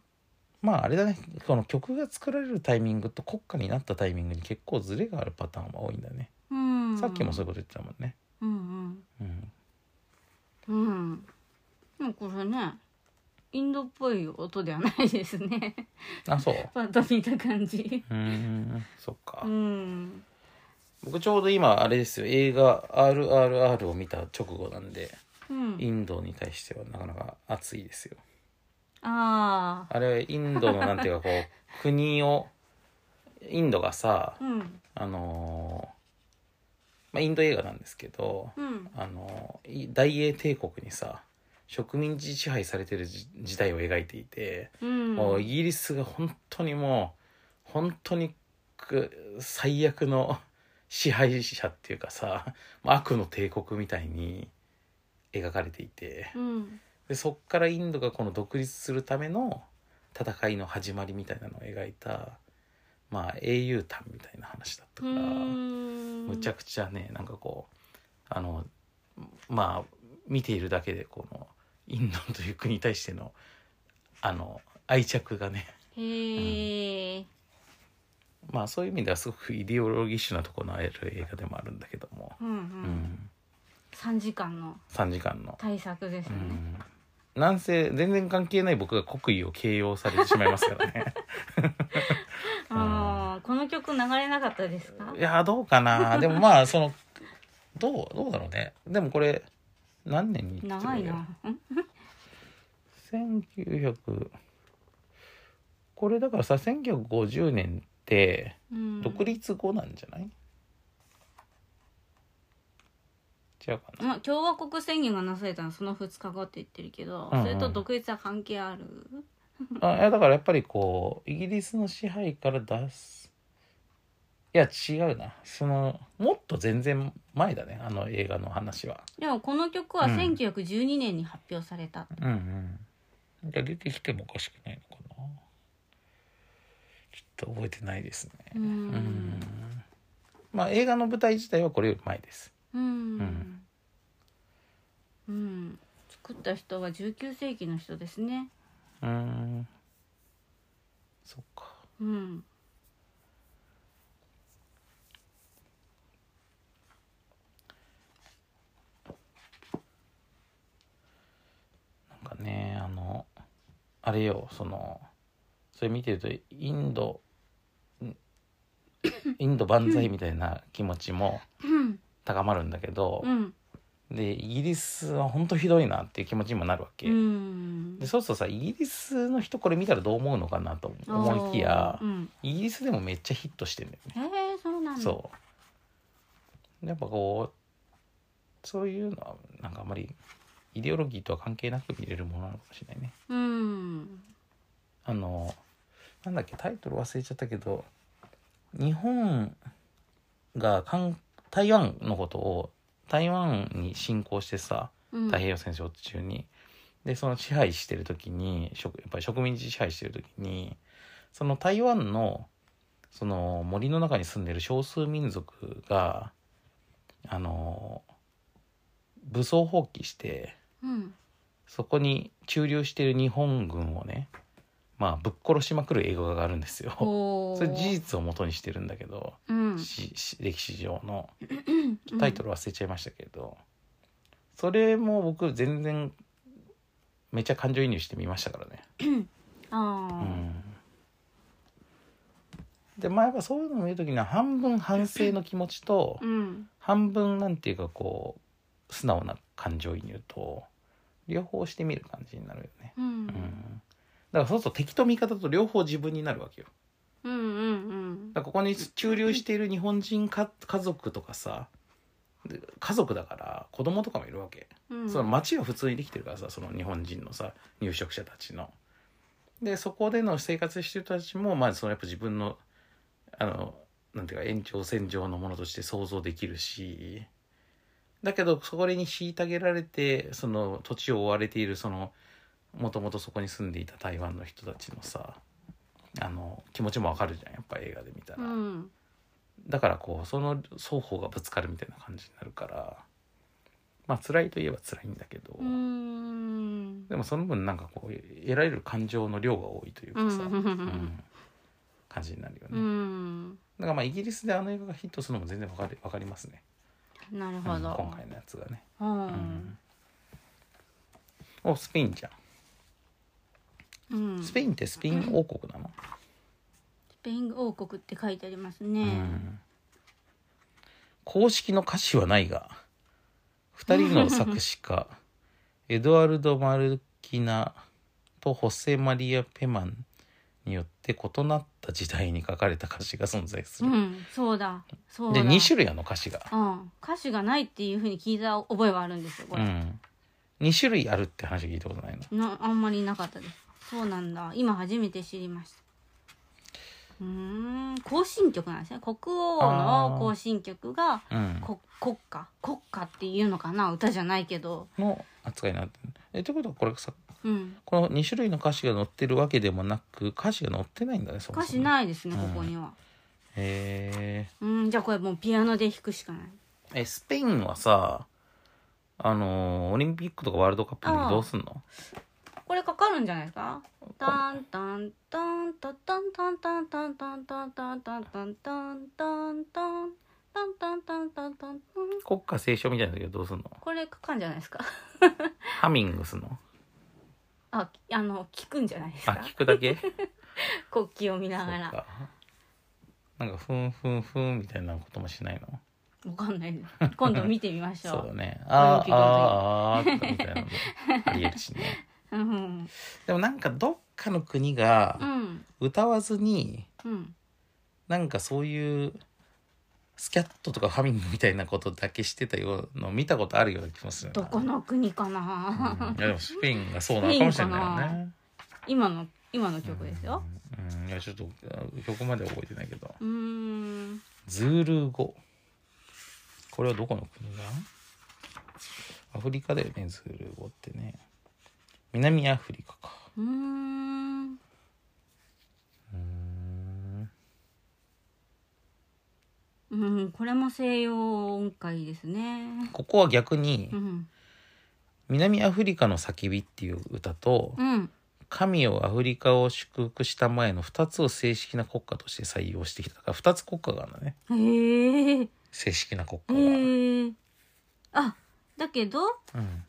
Speaker 1: まああれだねこの曲が作られるタイミングと国家になったタイミングに結構ズレがあるパターンは多いんだね、
Speaker 2: うん
Speaker 1: さっきもそういうこと言ってたもんね、
Speaker 2: うん
Speaker 1: うん、
Speaker 2: うんうんでもこれねインドっぽい音ではないですね
Speaker 1: あそう
Speaker 2: パッと見た感じ
Speaker 1: うーんそっか、
Speaker 2: うん
Speaker 1: 僕ちょうど今あれですよ映画「RRR」を見た直後なんで
Speaker 2: うん
Speaker 1: インドに対してはなかなか熱いですよ
Speaker 2: あ
Speaker 1: あれインドのなんていうかこう国をインドがさ
Speaker 2: あうん
Speaker 1: あのーまあ、インド映画なんですけど、
Speaker 2: うん
Speaker 1: あのーい大英帝国にさ植民地支配されてるじ時代を描いていて、
Speaker 2: うん
Speaker 1: もうイギリスが本当にもう本当にく最悪の支配者っていうかさまあ悪の帝国みたいに描かれていて
Speaker 2: うん
Speaker 1: でそっからインドがこの独立するための戦いの始まりみたいなのを描いた、まあ、英雄譚みたいな話だったから。むちゃ
Speaker 2: くち
Speaker 1: くちゃねなんかこうあのまあ見ているだけでこのインドという国に対してのあの愛着がね
Speaker 2: ゃへえ
Speaker 1: まあそういう意味ではすごくイデオロギッシュなところのある映画でもあるんだけども、
Speaker 2: うんう
Speaker 1: うん
Speaker 2: ん3時間の
Speaker 1: 3時間の、
Speaker 2: 対策です
Speaker 1: う
Speaker 2: よね
Speaker 1: ん、なんせ全然関係ない僕が国威を形容されてしまいますから ねうん
Speaker 2: ああこの曲流れなかったですか
Speaker 1: いやどうかなでもまあそのどうどうだろうねでもこれ何年に言ってた
Speaker 2: 長
Speaker 1: んだ
Speaker 2: い
Speaker 1: ろう
Speaker 2: なうん
Speaker 1: 1900これだからさ1950年って
Speaker 2: うん
Speaker 1: 独立後なんじゃない、違うかな
Speaker 2: まあ、共和国宣言がなされたのはその2日後って言ってるけど、
Speaker 1: うんうん
Speaker 2: それと独立は関係ある
Speaker 1: あいやだからやっぱりこうイギリスの支配から出すいや違うなそのもっと全然前だねあの映画の話は
Speaker 2: でもこの曲は
Speaker 1: うん
Speaker 2: 1912年に発表された、
Speaker 1: うんうんじゃあ出てきてもおかしくないのかなちょっと覚えてないですね
Speaker 2: う
Speaker 1: う
Speaker 2: ー
Speaker 1: ん
Speaker 2: ん
Speaker 1: まあ映画の舞台自体はこれより前です
Speaker 2: うんうん、
Speaker 1: うん
Speaker 2: 作った人は19世紀の人ですね
Speaker 1: うーんそっか
Speaker 2: うん
Speaker 1: なんかねあのあれよそのそれ見てるとイン ドんインド万歳みたいな気持ちも高まるんだけど
Speaker 2: う、ん
Speaker 1: でイギリスは本当ひどいなっていう気持ちにもなるわけ、
Speaker 2: うん
Speaker 1: でそうするとさイギリスの人これ見たらどう思うのかなと思いきや
Speaker 2: う、ん、
Speaker 1: イギリスでもめっちゃヒットしてんだよね
Speaker 2: えー、そうなんだ
Speaker 1: そうやっぱこうそういうのはなんかあんまりイデオロギーとは関係なく見れるものなのかもしれないね。
Speaker 2: うん
Speaker 1: あのなんだっけタイトル忘れちゃったけど日本が韓台湾のことを台湾に侵攻してさ
Speaker 2: うん
Speaker 1: 太平洋戦争中に、でその支配してる時に植やっぱり植民地支配してる時にその台湾のその森の中に住んでる少数民族があの武装蜂起して
Speaker 2: うん
Speaker 1: そこに駐留してる日本軍をねまあぶっ殺しまくる映画があるんですよ。
Speaker 2: ほう
Speaker 1: それ事実をもとにしてるんだけど、
Speaker 2: うん
Speaker 1: しし歴史上の
Speaker 2: うん
Speaker 1: タイトル忘れちゃいましたけど、それも僕全然めっちゃ感情移入して見ましたからね。
Speaker 2: あ
Speaker 1: う
Speaker 2: あ、
Speaker 1: ん、で前はそういうの見る時には半分反省の気持ちと
Speaker 2: うん
Speaker 1: 半分なんていうかこう素直な感情移入と両方してみる感じになるよね。
Speaker 2: うんうん
Speaker 1: うんだからそうすると敵と味方と両方自分になるわけよ。
Speaker 2: うんうん
Speaker 1: だからここに駐留している日本人か家族とかさで家族だから子供とかもいるわけ。
Speaker 2: うん
Speaker 1: その町は普通にできてるからさその日本人のさ入植者たちの。でそこでの生活してる人たちもまあそのやっぱ自分のあのなんていうか延長線上のものとして想像できるしだけどそこに虐げられてその土地を追われているそのもともとそこに住んでいた台湾の人たちのさあの気持ちもわかるじゃんやっぱ映画で見たら。
Speaker 2: うん
Speaker 1: だからこうその双方がぶつかるみたいな感じになるからまあ辛いといえば辛いんだけど、
Speaker 2: うん
Speaker 1: でもその分なんかこう得られる感情の量が多いというかさ、
Speaker 2: うん
Speaker 1: うん感じになるよね、
Speaker 2: う
Speaker 1: だ
Speaker 2: ん
Speaker 1: からまあイギリスであの映画がヒットするのも全然わかるわかりますね、
Speaker 2: なる
Speaker 1: うん
Speaker 2: ほど
Speaker 1: 今回のやつがね、
Speaker 2: うん
Speaker 1: うんおスペインじゃん
Speaker 2: うん
Speaker 1: スペインってスペイン王国なの、
Speaker 2: スペイン王国って書いてあります
Speaker 1: う
Speaker 2: ね
Speaker 1: ん公式の歌詞はないが2人の作詞 家エドワルド・マルキナとホセ・マリア・ペマンによって異なった時代に書かれた歌詞が存在す
Speaker 2: う
Speaker 1: る。
Speaker 2: んそうだそう
Speaker 1: で
Speaker 2: だ
Speaker 1: 2種類あるの歌詞が、
Speaker 2: うん歌詞がないっていうふうに聞いた覚えはあるんですよこ
Speaker 1: う
Speaker 2: れ
Speaker 1: ん、2種類あるって話聞いたことないの。
Speaker 2: なあんまりなかったですそうなんだ今初めて知りましたうーん行進曲なんですね国王の行進曲が
Speaker 1: うん、
Speaker 2: こ国歌国歌っていうのかな歌じゃないけど
Speaker 1: の扱いになってる。えということはこれさ
Speaker 2: うん
Speaker 1: この2種類の歌詞が載ってるわけでもなく歌詞が載ってないんだねそも
Speaker 2: 歌
Speaker 1: そ
Speaker 2: 詞
Speaker 1: も。
Speaker 2: ないですね
Speaker 1: う
Speaker 2: こ
Speaker 1: ん
Speaker 2: こには
Speaker 1: へー
Speaker 2: うんじゃあこれもうピアノで弾くしかない
Speaker 1: えスペインはさあのーオリンピックとかワールドカップの時どうすんの
Speaker 2: これかかるんじゃないですかタンタンタンタンタンタンタンタンタンタンタンタンタンタンタンタンタンタンタンタンタンタン
Speaker 1: 国歌斉唱みたいな時はどうすんの
Speaker 2: これかかんじゃないですか
Speaker 1: ハミングすん の
Speaker 2: ああの聞くんじゃないです
Speaker 1: あ
Speaker 2: か
Speaker 1: 聞くだ け
Speaker 2: 国旗を見なが
Speaker 1: そう
Speaker 2: ら
Speaker 1: かなんかふんふんふんみたいなこともしないの
Speaker 2: わかんないです今度見てみましょ
Speaker 1: そうだ
Speaker 2: う
Speaker 1: ねあ
Speaker 2: オリンピ
Speaker 1: ー
Speaker 2: ック
Speaker 1: あーあーみたいな
Speaker 2: の
Speaker 1: のもありえるし ね
Speaker 2: うん
Speaker 1: でもなんかどっかの国が
Speaker 2: うん
Speaker 1: 歌わずに
Speaker 2: うん
Speaker 1: なんかそういうスキャットとかハミングみたいなことだけしてたようなのを見たことあるような気もするな
Speaker 2: どこの国か
Speaker 1: う
Speaker 2: なん
Speaker 1: いやでもスペインがそうなのかもしれないよね。
Speaker 2: 今の今の曲ですよ
Speaker 1: うん。うんいやちょっと曲までは覚えてないけど。
Speaker 2: うーん
Speaker 1: ズール語。これはどこの国だアフリカだよね、ズール語ってね。南アフリカか。
Speaker 2: うーん
Speaker 1: うーん。
Speaker 2: うんこれも西洋音階ですね
Speaker 1: ここは逆に
Speaker 2: う、ん
Speaker 1: 南アフリカの叫びっていう歌と、
Speaker 2: うん
Speaker 1: 神をアフリカを祝福した前の2つを正式な国家として採用してきたから、2つ国家があるんだね。
Speaker 2: へえ
Speaker 1: 正式な国家が。
Speaker 2: へえあだけど
Speaker 1: うん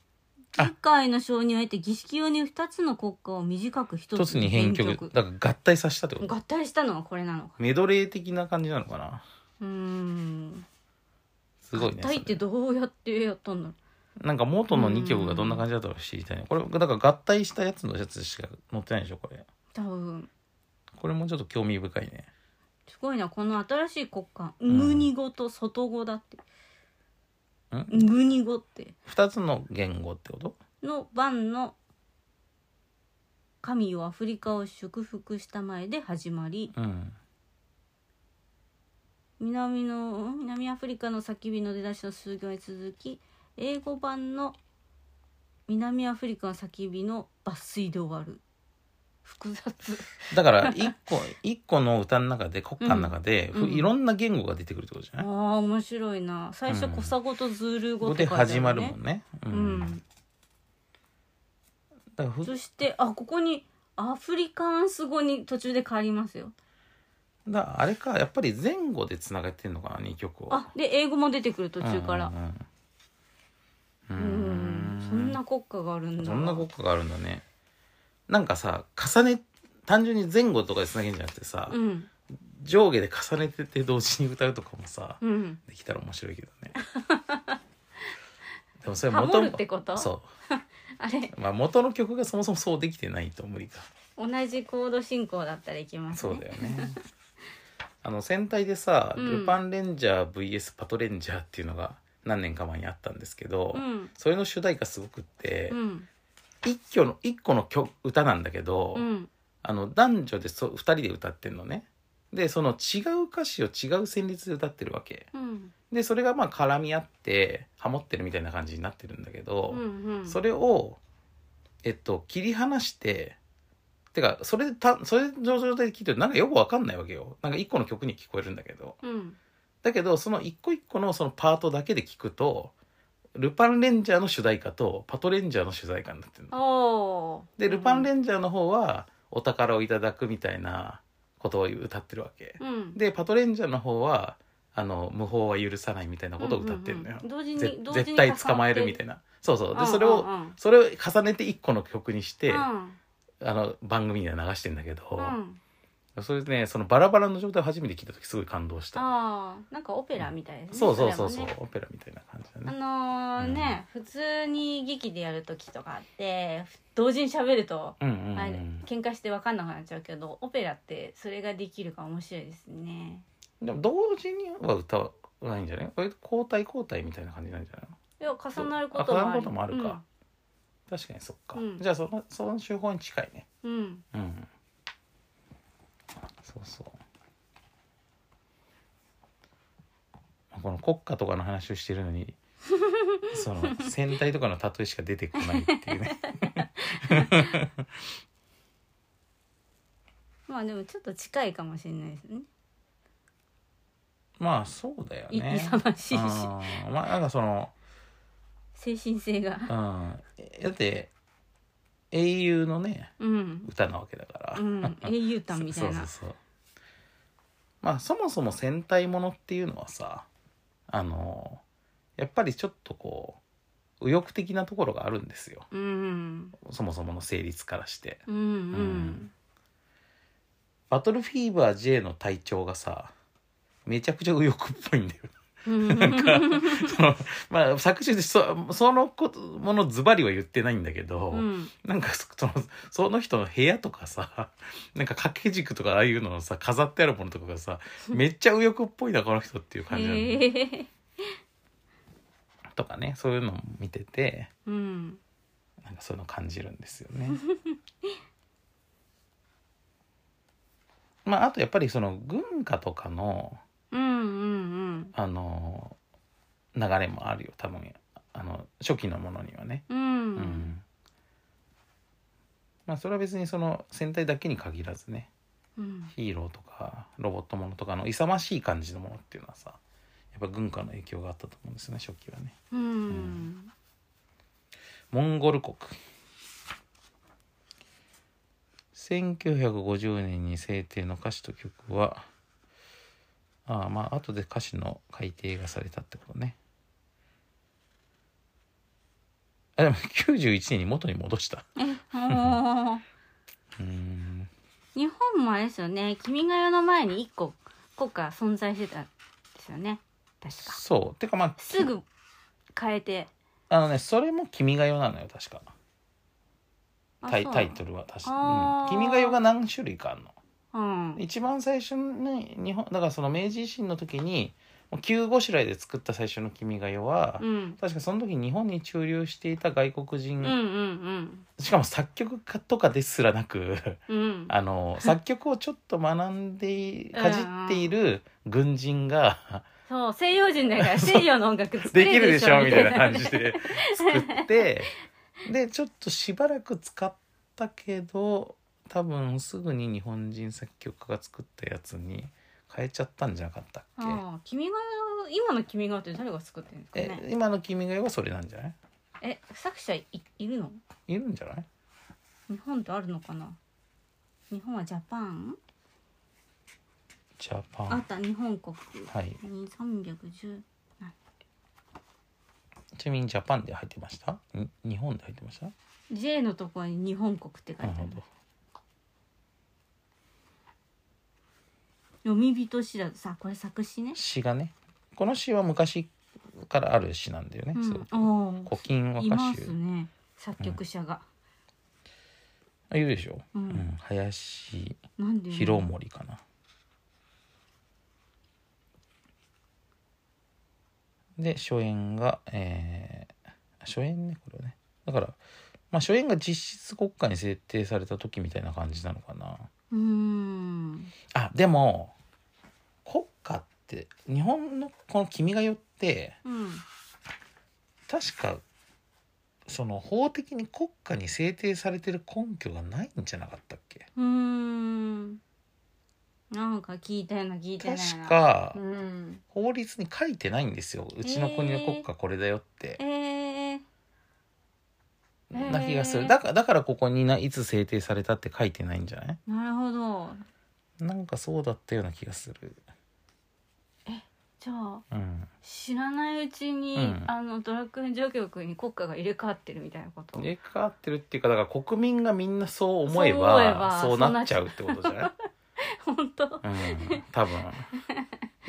Speaker 1: あ
Speaker 2: 議会の承認を得て儀式用に2つの国歌を短く
Speaker 1: 一
Speaker 2: 1
Speaker 1: つに編曲だから合体させたってこと
Speaker 2: 合体したのはこれなのか
Speaker 1: メドレー的な感じなのかな
Speaker 2: うーん
Speaker 1: すごいね
Speaker 2: 合体ってどうやってやったんだろ
Speaker 1: それなんか元の2曲がどんな感じだったか知りたいねこれだから合体したやつのやつしか載ってないでしょこれ
Speaker 2: う多分
Speaker 1: これもちょっと興味深いね
Speaker 2: すごいなこの新しい国歌「
Speaker 1: ん
Speaker 2: ムニ語」と「外語」だって
Speaker 1: ん
Speaker 2: 「ムニ語」って
Speaker 1: 2つの言語ってこと
Speaker 2: の晩の神よアフリカを祝福したまえで始まり
Speaker 1: うん
Speaker 2: 南のん南アフリカの叫びの出だしの数行に続き英語版の南アフリカの叫びの抜粋で終わる複雑
Speaker 1: だから一個一個の歌の中で国歌の中で、
Speaker 2: うん
Speaker 1: ふいろんな言語が出てくるってことじゃな
Speaker 2: あ
Speaker 1: い、
Speaker 2: あ面白いな最初
Speaker 1: うん
Speaker 2: コサ語とズール
Speaker 1: こ
Speaker 2: 語
Speaker 1: こと
Speaker 2: か
Speaker 1: で始まる
Speaker 2: だよ
Speaker 1: もんね、うん
Speaker 2: うん、
Speaker 1: だからふ
Speaker 2: そしてあここにアフリカンス語に途中で変わりますよ
Speaker 1: だからあれかやっぱり前後でつながってんのかな2曲を
Speaker 2: あで英語も出てくる途中から
Speaker 1: うんうんん
Speaker 2: う
Speaker 1: うんうー
Speaker 2: そんな国家があるんだ
Speaker 1: そんな国家があるんだねなんかさ重ね単純に前後とかでつなげんじゃなくてさ、
Speaker 2: うん
Speaker 1: 上下で重ねてって同時に歌うとかもさ、
Speaker 2: うん
Speaker 1: できたら面白いけど ねでもそれ
Speaker 2: ハ
Speaker 1: 元
Speaker 2: モる
Speaker 1: の
Speaker 2: ってこと
Speaker 1: そ
Speaker 2: あれ
Speaker 1: う、まあ、元の曲がそもそもそうできてないと無理か
Speaker 2: 同じコード進行だったらいきますね
Speaker 1: そうだよ ねあの戦隊でさ「
Speaker 2: うん
Speaker 1: ルパンレンジャー VS パトレンジャー」っていうのが何年か前にあったんですけど、
Speaker 2: うん
Speaker 1: それの主題歌すごくって、
Speaker 2: うん
Speaker 1: 一挙の一個の曲歌なんだけど、
Speaker 2: うん
Speaker 1: あの男女でそ2人で歌ってんのねでその違う歌詞を違う旋律で歌ってるわけ
Speaker 2: うん
Speaker 1: でそれがまあ絡み合ってハモってるみたいな感じになってるんだけど
Speaker 2: う、んうん
Speaker 1: それをえっと切り離しててかそれでたそれの状態で聴いてるとなんかよくわかんないわけよなんか一個の曲に聞こえるんだけど
Speaker 2: うん
Speaker 1: だけどその一個一個のそのパートだけで聞くと「ルパンレンジャー」の主題歌と「パトレンジャー」の主題歌になってるの
Speaker 2: おー
Speaker 1: で、ルパンレンジャーの方は、お宝をいただくみたいなことを歌ってるわけ。
Speaker 2: うん
Speaker 1: で、パトレンジャーの方は、あの、無法は許さないみたいなことを歌ってるのよ。
Speaker 2: うんうんうん同時
Speaker 1: ぜ
Speaker 2: に同時に
Speaker 1: 絶対捕まえるみたいな。そうそう。で、それ
Speaker 2: う
Speaker 1: を、
Speaker 2: んうん
Speaker 1: それを重ねて一個の曲にして、
Speaker 2: う
Speaker 1: あ
Speaker 2: ん
Speaker 1: の、番組には流してんだけ
Speaker 2: う
Speaker 1: ど、
Speaker 2: ん
Speaker 1: それでね、そのバラバラの状態を初めて聞いた時すごい感動した。
Speaker 2: ああなんかオペラみたいですね
Speaker 1: そうそうそう
Speaker 2: れ
Speaker 1: そ
Speaker 2: も
Speaker 1: う
Speaker 2: ね、
Speaker 1: オペラみたいな感じだ
Speaker 2: あ
Speaker 1: ね。
Speaker 2: のーね、普通に劇でやる時とかあって同時に喋ると、
Speaker 1: うんうん、う
Speaker 2: あれ
Speaker 1: ん。
Speaker 2: 喧嘩して分かんなくなっちゃうけどオペラってそれができるから面白いですね
Speaker 1: でも同時には歌わないんじゃないこれ交代交代みたいな感じなんじゃない
Speaker 2: いや重なることもあ
Speaker 1: 重なる
Speaker 2: る
Speaker 1: こともあるか確かにそっか、
Speaker 2: うん
Speaker 1: じゃあそのその手法に近いね
Speaker 2: うん、うん
Speaker 1: うんそうそうこの国家とかの話をしてるのに その戦隊とかの例えしか出てこないっていう ね
Speaker 2: まあでもちょっと近いかもしれないですね
Speaker 1: まあそうだよ
Speaker 2: い
Speaker 1: ね
Speaker 2: 勇ましい
Speaker 1: う
Speaker 2: し
Speaker 1: んまあなんかその、
Speaker 2: 精神 性が
Speaker 1: うん、だって英雄のね
Speaker 2: うん、
Speaker 1: 歌なわけだから、
Speaker 2: うん、英雄譚みたいな
Speaker 1: そうそうそうまあそもそも戦隊ものっていうのはさあのやっぱりちょっとこう右翼的なところがあるんですよ
Speaker 2: うん
Speaker 1: そもそもの成立からして
Speaker 2: うんうん
Speaker 1: バトルフィーバー J の隊長がさめちゃくちゃ右翼っぽいんだよ
Speaker 2: うん
Speaker 1: そのまあ作中でそそのことものズバリは言ってないんだけど、
Speaker 2: うん
Speaker 1: なんかそそのその人の部屋とかさなんか掛け軸とかああいうののさ飾ってあるものとかが さめっちゃ右翼っぽいなこの人っていう感じなの
Speaker 2: へえ
Speaker 1: とかねそういうのを見てて
Speaker 2: うん
Speaker 1: なんかそういうの感じるんですよね。 まああとやっぱりその文化とかの
Speaker 2: うんうん
Speaker 1: あの流れもあるよ多分あの初期のものにはね。
Speaker 2: うんう
Speaker 1: うんんまあそれは別にその戦隊だけに限らずね
Speaker 2: うん
Speaker 1: ヒーローとかロボットものとかの勇ましい感じのものっていうのはさやっぱ軍歌の影響があったと思うんですよね初期はね
Speaker 2: うん
Speaker 1: モンゴル国1950年に制定の歌詞と曲はああまあ後で歌詞の改訂がされたってことねあでも91年に元に戻した
Speaker 2: もう
Speaker 1: うん
Speaker 2: 日本もあれですよね「君が代」の前に一個国家存在してたんですよね確か
Speaker 1: そうてかまあ
Speaker 2: すぐ変えて
Speaker 1: あのねそれも「君が代」なのよ確か
Speaker 2: あ
Speaker 1: タイ
Speaker 2: そう
Speaker 1: タイトルは確か
Speaker 2: あー
Speaker 1: うん「君が代」が何種類かあるの
Speaker 2: うん
Speaker 1: 一番最初に日本だからその明治維新の時にもう急ごしらえで作った最初の「君が代」は、
Speaker 2: うん
Speaker 1: 確かその時日本に駐留していた外国人、
Speaker 2: うんうん
Speaker 1: しかも作曲家とかですらなく
Speaker 2: うんうん
Speaker 1: あの作曲をちょっと学んでかじっている軍人が
Speaker 2: そう西洋人だから西洋の音楽作
Speaker 1: で
Speaker 2: れ
Speaker 1: きる
Speaker 2: る
Speaker 1: で
Speaker 2: で
Speaker 1: し
Speaker 2: しょ
Speaker 1: ょみたいな感じ
Speaker 2: ね
Speaker 1: で作 ってでちょっとしばらく使ったけど多分すぐに日本人作曲家が作ったやつに変えちゃったんじゃなかったっけ、
Speaker 2: ああ君が代今の君が代って誰が作ってるんですか
Speaker 1: え
Speaker 2: ね
Speaker 1: 今の「君が代」はそれなんじゃない
Speaker 2: え作者いいるの
Speaker 1: いるんじゃない
Speaker 2: 日本ってあるのかな日本はジャパン
Speaker 1: ジャパ
Speaker 2: あ
Speaker 1: ン
Speaker 2: った日本国
Speaker 1: はい
Speaker 2: に310
Speaker 1: ちなみにジャパンで入ってましたに日本で入ってました
Speaker 2: J のところに日本国って書い
Speaker 1: な
Speaker 2: て
Speaker 1: るほ
Speaker 2: ある
Speaker 1: ど
Speaker 2: 読み人知らずさこれ作詞ね
Speaker 1: 詩がねこの詩は昔からある詩なんだよね、
Speaker 2: うん
Speaker 1: すごく
Speaker 2: お
Speaker 1: 古今和
Speaker 2: ーいま
Speaker 1: 歌
Speaker 2: す
Speaker 1: 集、
Speaker 2: ね作曲者が、
Speaker 1: あいるでしょ、
Speaker 2: う
Speaker 1: うんん林
Speaker 2: なんで読
Speaker 1: 広
Speaker 2: むの
Speaker 1: 森かな、で初演がえー、初演ねこれねだからまあ初演が実質国家に制定された時みたいな感じなのかな
Speaker 2: うーん
Speaker 1: あでも国家って日本のこの「君が代」って
Speaker 2: うん
Speaker 1: 確かその法的に国家に制定されてる根拠がないんじゃなかったっけ
Speaker 2: うーんなんか聞いたような聞いてないな
Speaker 1: 確か
Speaker 2: うん
Speaker 1: 法律に書いてないんですようちの国の国家これだよって、
Speaker 2: えー、ー
Speaker 1: な気がす
Speaker 2: へ
Speaker 1: る
Speaker 2: ー
Speaker 1: だからだからここにないつ制定されたって書いてないんじゃない
Speaker 2: なるほど
Speaker 1: なんかそうだったような気がする
Speaker 2: じゃあ
Speaker 1: うん
Speaker 2: 知らないうちに、
Speaker 1: うん
Speaker 2: あのドラクエ上局に国家が入れ替わってるみたいなこと
Speaker 1: 入れ替わってるっていうかだから国民がみんなそう思えば
Speaker 2: そ
Speaker 1: そう
Speaker 2: う思えば
Speaker 1: なっちゃうってことじゃない
Speaker 2: 本当
Speaker 1: うん多分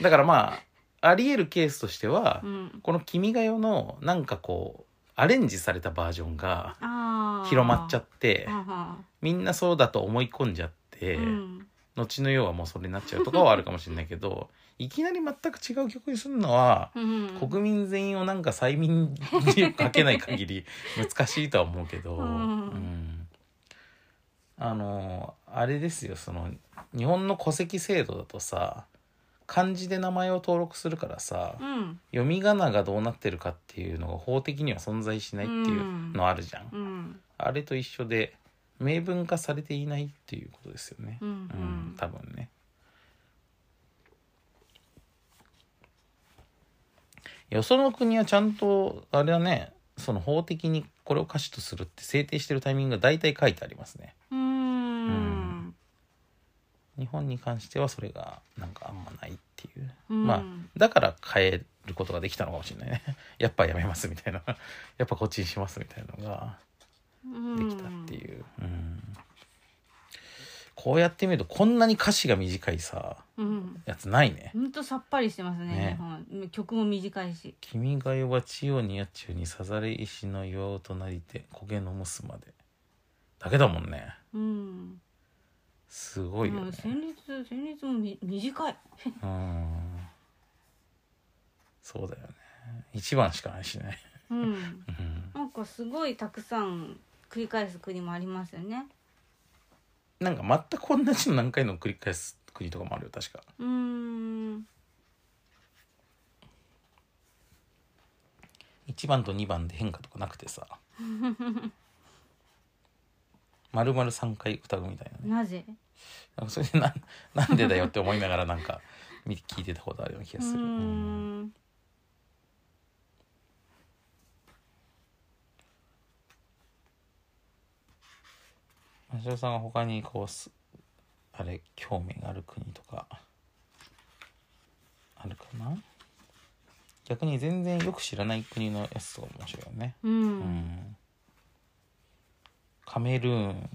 Speaker 1: だからまああり得るケースとしては、
Speaker 2: うん
Speaker 1: この「君が代」のなんかこうアレンジされたバージョンが
Speaker 2: ああ
Speaker 1: 広まっちゃって
Speaker 2: はは
Speaker 1: みんなそうだと思い込んじゃって、
Speaker 2: うん
Speaker 1: 後の世はもうそれになっちゃうとかはあるかもしれないけどいきなり全く違う曲にするのは
Speaker 2: うん、
Speaker 1: 国民全員をなんか催眠にかけない限り難しいとは思うけど、
Speaker 2: うん
Speaker 1: うんあのあれですよその日本の戸籍制度だとさ漢字で名前を登録するからさ、
Speaker 2: うん
Speaker 1: 読み仮名がどうなってるかっていうのが法的には存在しないっていうのあるじゃん、
Speaker 2: うん
Speaker 1: あれと一緒で明文化されていないっていうことですよね
Speaker 2: うんうん
Speaker 1: 多分ねよその国はちゃんとあれはねその法的にこれを歌詞とするって制定してるタイミングが大体書いてありますね
Speaker 2: うーん
Speaker 1: 日本に関してはそれがなんかあんまないっていう、
Speaker 2: うん
Speaker 1: まあだから変えることができたのかもしれないね やっぱやめますみたいな やっぱこっちにしますみたいなのができたっていう、うんこうやって見るとこんなに歌詞が短いさ
Speaker 2: うん、うん
Speaker 1: やつないね
Speaker 2: ほんとさっぱりしてますね
Speaker 1: ね
Speaker 2: 日本曲も短いし
Speaker 1: 「君が代は千代にや中にさざれ石の岩をとなりて焦げのむすまで」だけだもんね
Speaker 2: うん
Speaker 1: すごいよ
Speaker 2: うん
Speaker 1: ね
Speaker 2: 旋律旋律もみ短い
Speaker 1: うんそうだよね一番しかないしね、
Speaker 2: うん
Speaker 1: うん
Speaker 2: なんかすごいたくさん繰り返す国もありますよね
Speaker 1: なんか全く同じの何回の繰り返す国とかもあるよ確か
Speaker 2: うーん
Speaker 1: 1番と2番で変化とかなくてさ 丸々3回歌うみたいなね
Speaker 2: なぜ
Speaker 1: なんかそれでななんでだよって思いながらなんか見聞いてたことあるような気
Speaker 2: う
Speaker 1: がする
Speaker 2: ー
Speaker 1: うん
Speaker 2: ん
Speaker 1: 橋尾さんが他にこうすあれ興味がある国とかあるかな逆に全然よく知らない国のやつとかも面白いよね
Speaker 2: う、
Speaker 1: うんんカメルーン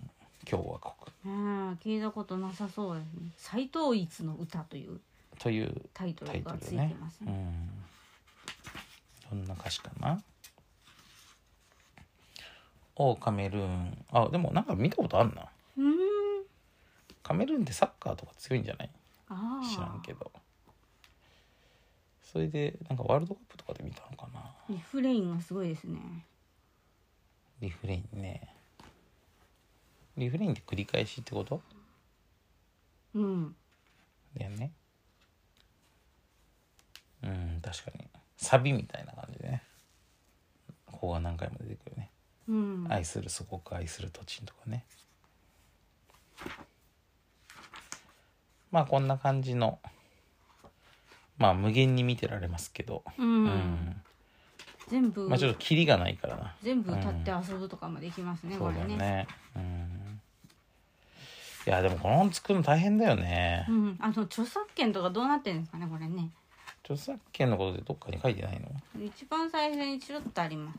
Speaker 1: 共和国
Speaker 2: ねえ聞いたことなさそうですね斎藤一の歌という
Speaker 1: という
Speaker 2: タイト
Speaker 1: タイ
Speaker 2: ル
Speaker 1: ト
Speaker 2: が
Speaker 1: ル
Speaker 2: ついて
Speaker 1: ね
Speaker 2: ます
Speaker 1: う
Speaker 2: ね
Speaker 1: んどんな歌詞かなおうカメルーンあでもなんか見たことあるな
Speaker 2: うーん
Speaker 1: カメルーンってサッカーとか強いんじゃない
Speaker 2: ああ
Speaker 1: 知らんけどそれでなんかワールドカップとかで見たのかな
Speaker 2: リフレインがすごいですね
Speaker 1: リフレインねリフレインって繰り返しってこと
Speaker 2: うん
Speaker 1: だよねうん確かにサビみたいな感じでねここが何回も出てくるね
Speaker 2: うん
Speaker 1: 愛する祖国愛する土地とかねまあこんな感じのまあ無限に見てられますけど
Speaker 2: う、
Speaker 1: うんん
Speaker 2: 全部、
Speaker 1: まあちょっとキリがないからな
Speaker 2: 全部立って遊ぶとかもできますね、
Speaker 1: そう
Speaker 2: こ
Speaker 1: だ
Speaker 2: れ
Speaker 1: よ
Speaker 2: ね
Speaker 1: ねうんいやでもこの本作るの大変だよね
Speaker 2: うんあの著作権とかどうなってるんですかねこれね
Speaker 1: 著作権のことでどっかに書いてないの
Speaker 2: 一番最初にチロッとあります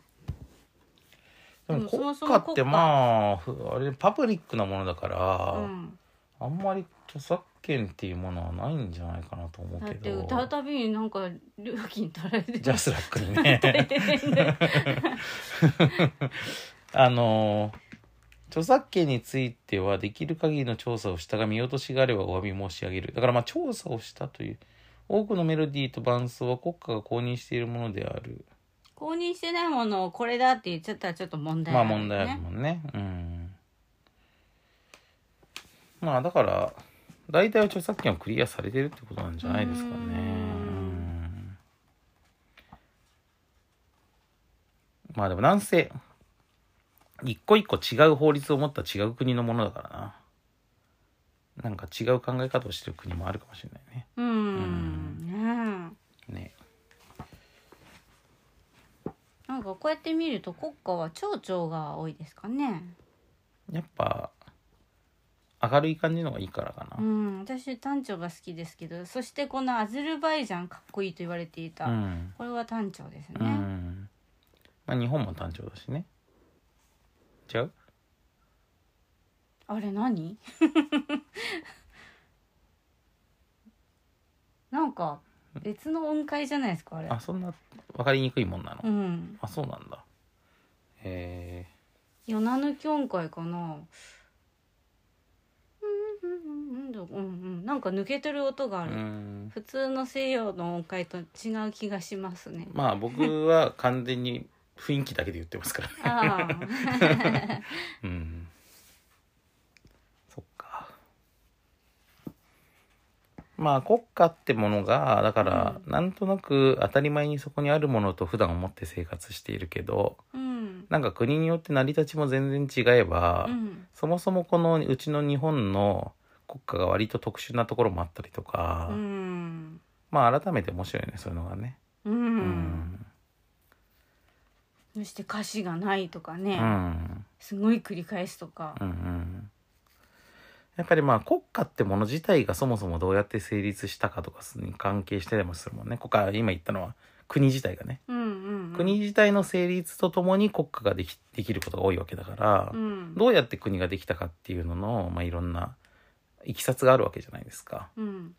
Speaker 1: でも
Speaker 2: でも
Speaker 1: 国
Speaker 2: そもそ
Speaker 1: 家
Speaker 2: も
Speaker 1: ってまあふあれパブリックなものだから、
Speaker 2: うん、
Speaker 1: あんまり著作権っていうものはないんじゃないかなと思う
Speaker 2: だっ
Speaker 1: け
Speaker 2: て
Speaker 1: ど
Speaker 2: 歌うたびになんか料金取られて
Speaker 1: ジャスラックに ね
Speaker 2: ね
Speaker 1: あの著作権についてはできる限りの調査をしたが見落としがあればお詫び申し上げるだからまあ調査をしたという多くのメロディーと伴奏は国家が公認しているものである
Speaker 2: 公認してないものをこれだって言っちゃったらちょっと問題
Speaker 1: まあ
Speaker 2: るよ
Speaker 1: 問題あるもんねうんまあだから大体は著作権をクリアされてるってことなんじゃないですかね
Speaker 2: うー
Speaker 1: う
Speaker 2: ん
Speaker 1: んまあでもなんせ一個一個違う法律を持った違う国のものだからななんか違う考え方をしてる国もあるかもしれないね
Speaker 2: うん、ね
Speaker 1: ね
Speaker 2: えなんかこうやって見ると国家は町長が多いですかね
Speaker 1: やっぱ明るい感じのがいいからか
Speaker 2: う
Speaker 1: な、
Speaker 2: ん私単調が好きですけどそしてこのアゼルバイジャンかっこいいと言われていた、
Speaker 1: うん、
Speaker 2: これは単調ですね、
Speaker 1: うんまあ、日本も単調だしね違う
Speaker 2: あれ何なんか別の音階じゃないですかあれ
Speaker 1: あそんな分かりにくいもんなの、
Speaker 2: うん
Speaker 1: あそうなんだへ
Speaker 2: ヨナヌキョン会かなうんうんうんうんうんなんか抜けてる音が
Speaker 1: え
Speaker 2: ある、
Speaker 1: うん
Speaker 2: 普通の西洋の音階と違う気がしますね
Speaker 1: まあ僕は完全に雰囲気だけで言ってます からね
Speaker 2: ああ
Speaker 1: うんそっかまあ国家ってものがだからなんとなく当たり前にそこにあるものと普段思って生活しているけど
Speaker 2: うん
Speaker 1: なんか国によって成り立ちも全然違えば、
Speaker 2: うん
Speaker 1: そもそもこのうちの日本の国家が割と特殊なところもあったりとか、
Speaker 2: うん
Speaker 1: まあ改めて面白いねそういうのがね。
Speaker 2: う
Speaker 1: うんん、
Speaker 2: そして歌詞がないとか
Speaker 1: う
Speaker 2: ね、
Speaker 1: ん
Speaker 2: すごい繰り返すとか
Speaker 1: うんうんやっぱりまあ国家ってもの自体がそもそもどうやって成立したかとかに関係してたりもするもんね。国家今言ったのは国自体がね。
Speaker 2: うんうんうん
Speaker 1: 国自体の成立とともに国家ができできることが多いわけだから、
Speaker 2: うん
Speaker 1: どうやって国ができたかっていうのの、まあ、いろんないきさつがあるわけじゃないですか。
Speaker 2: うん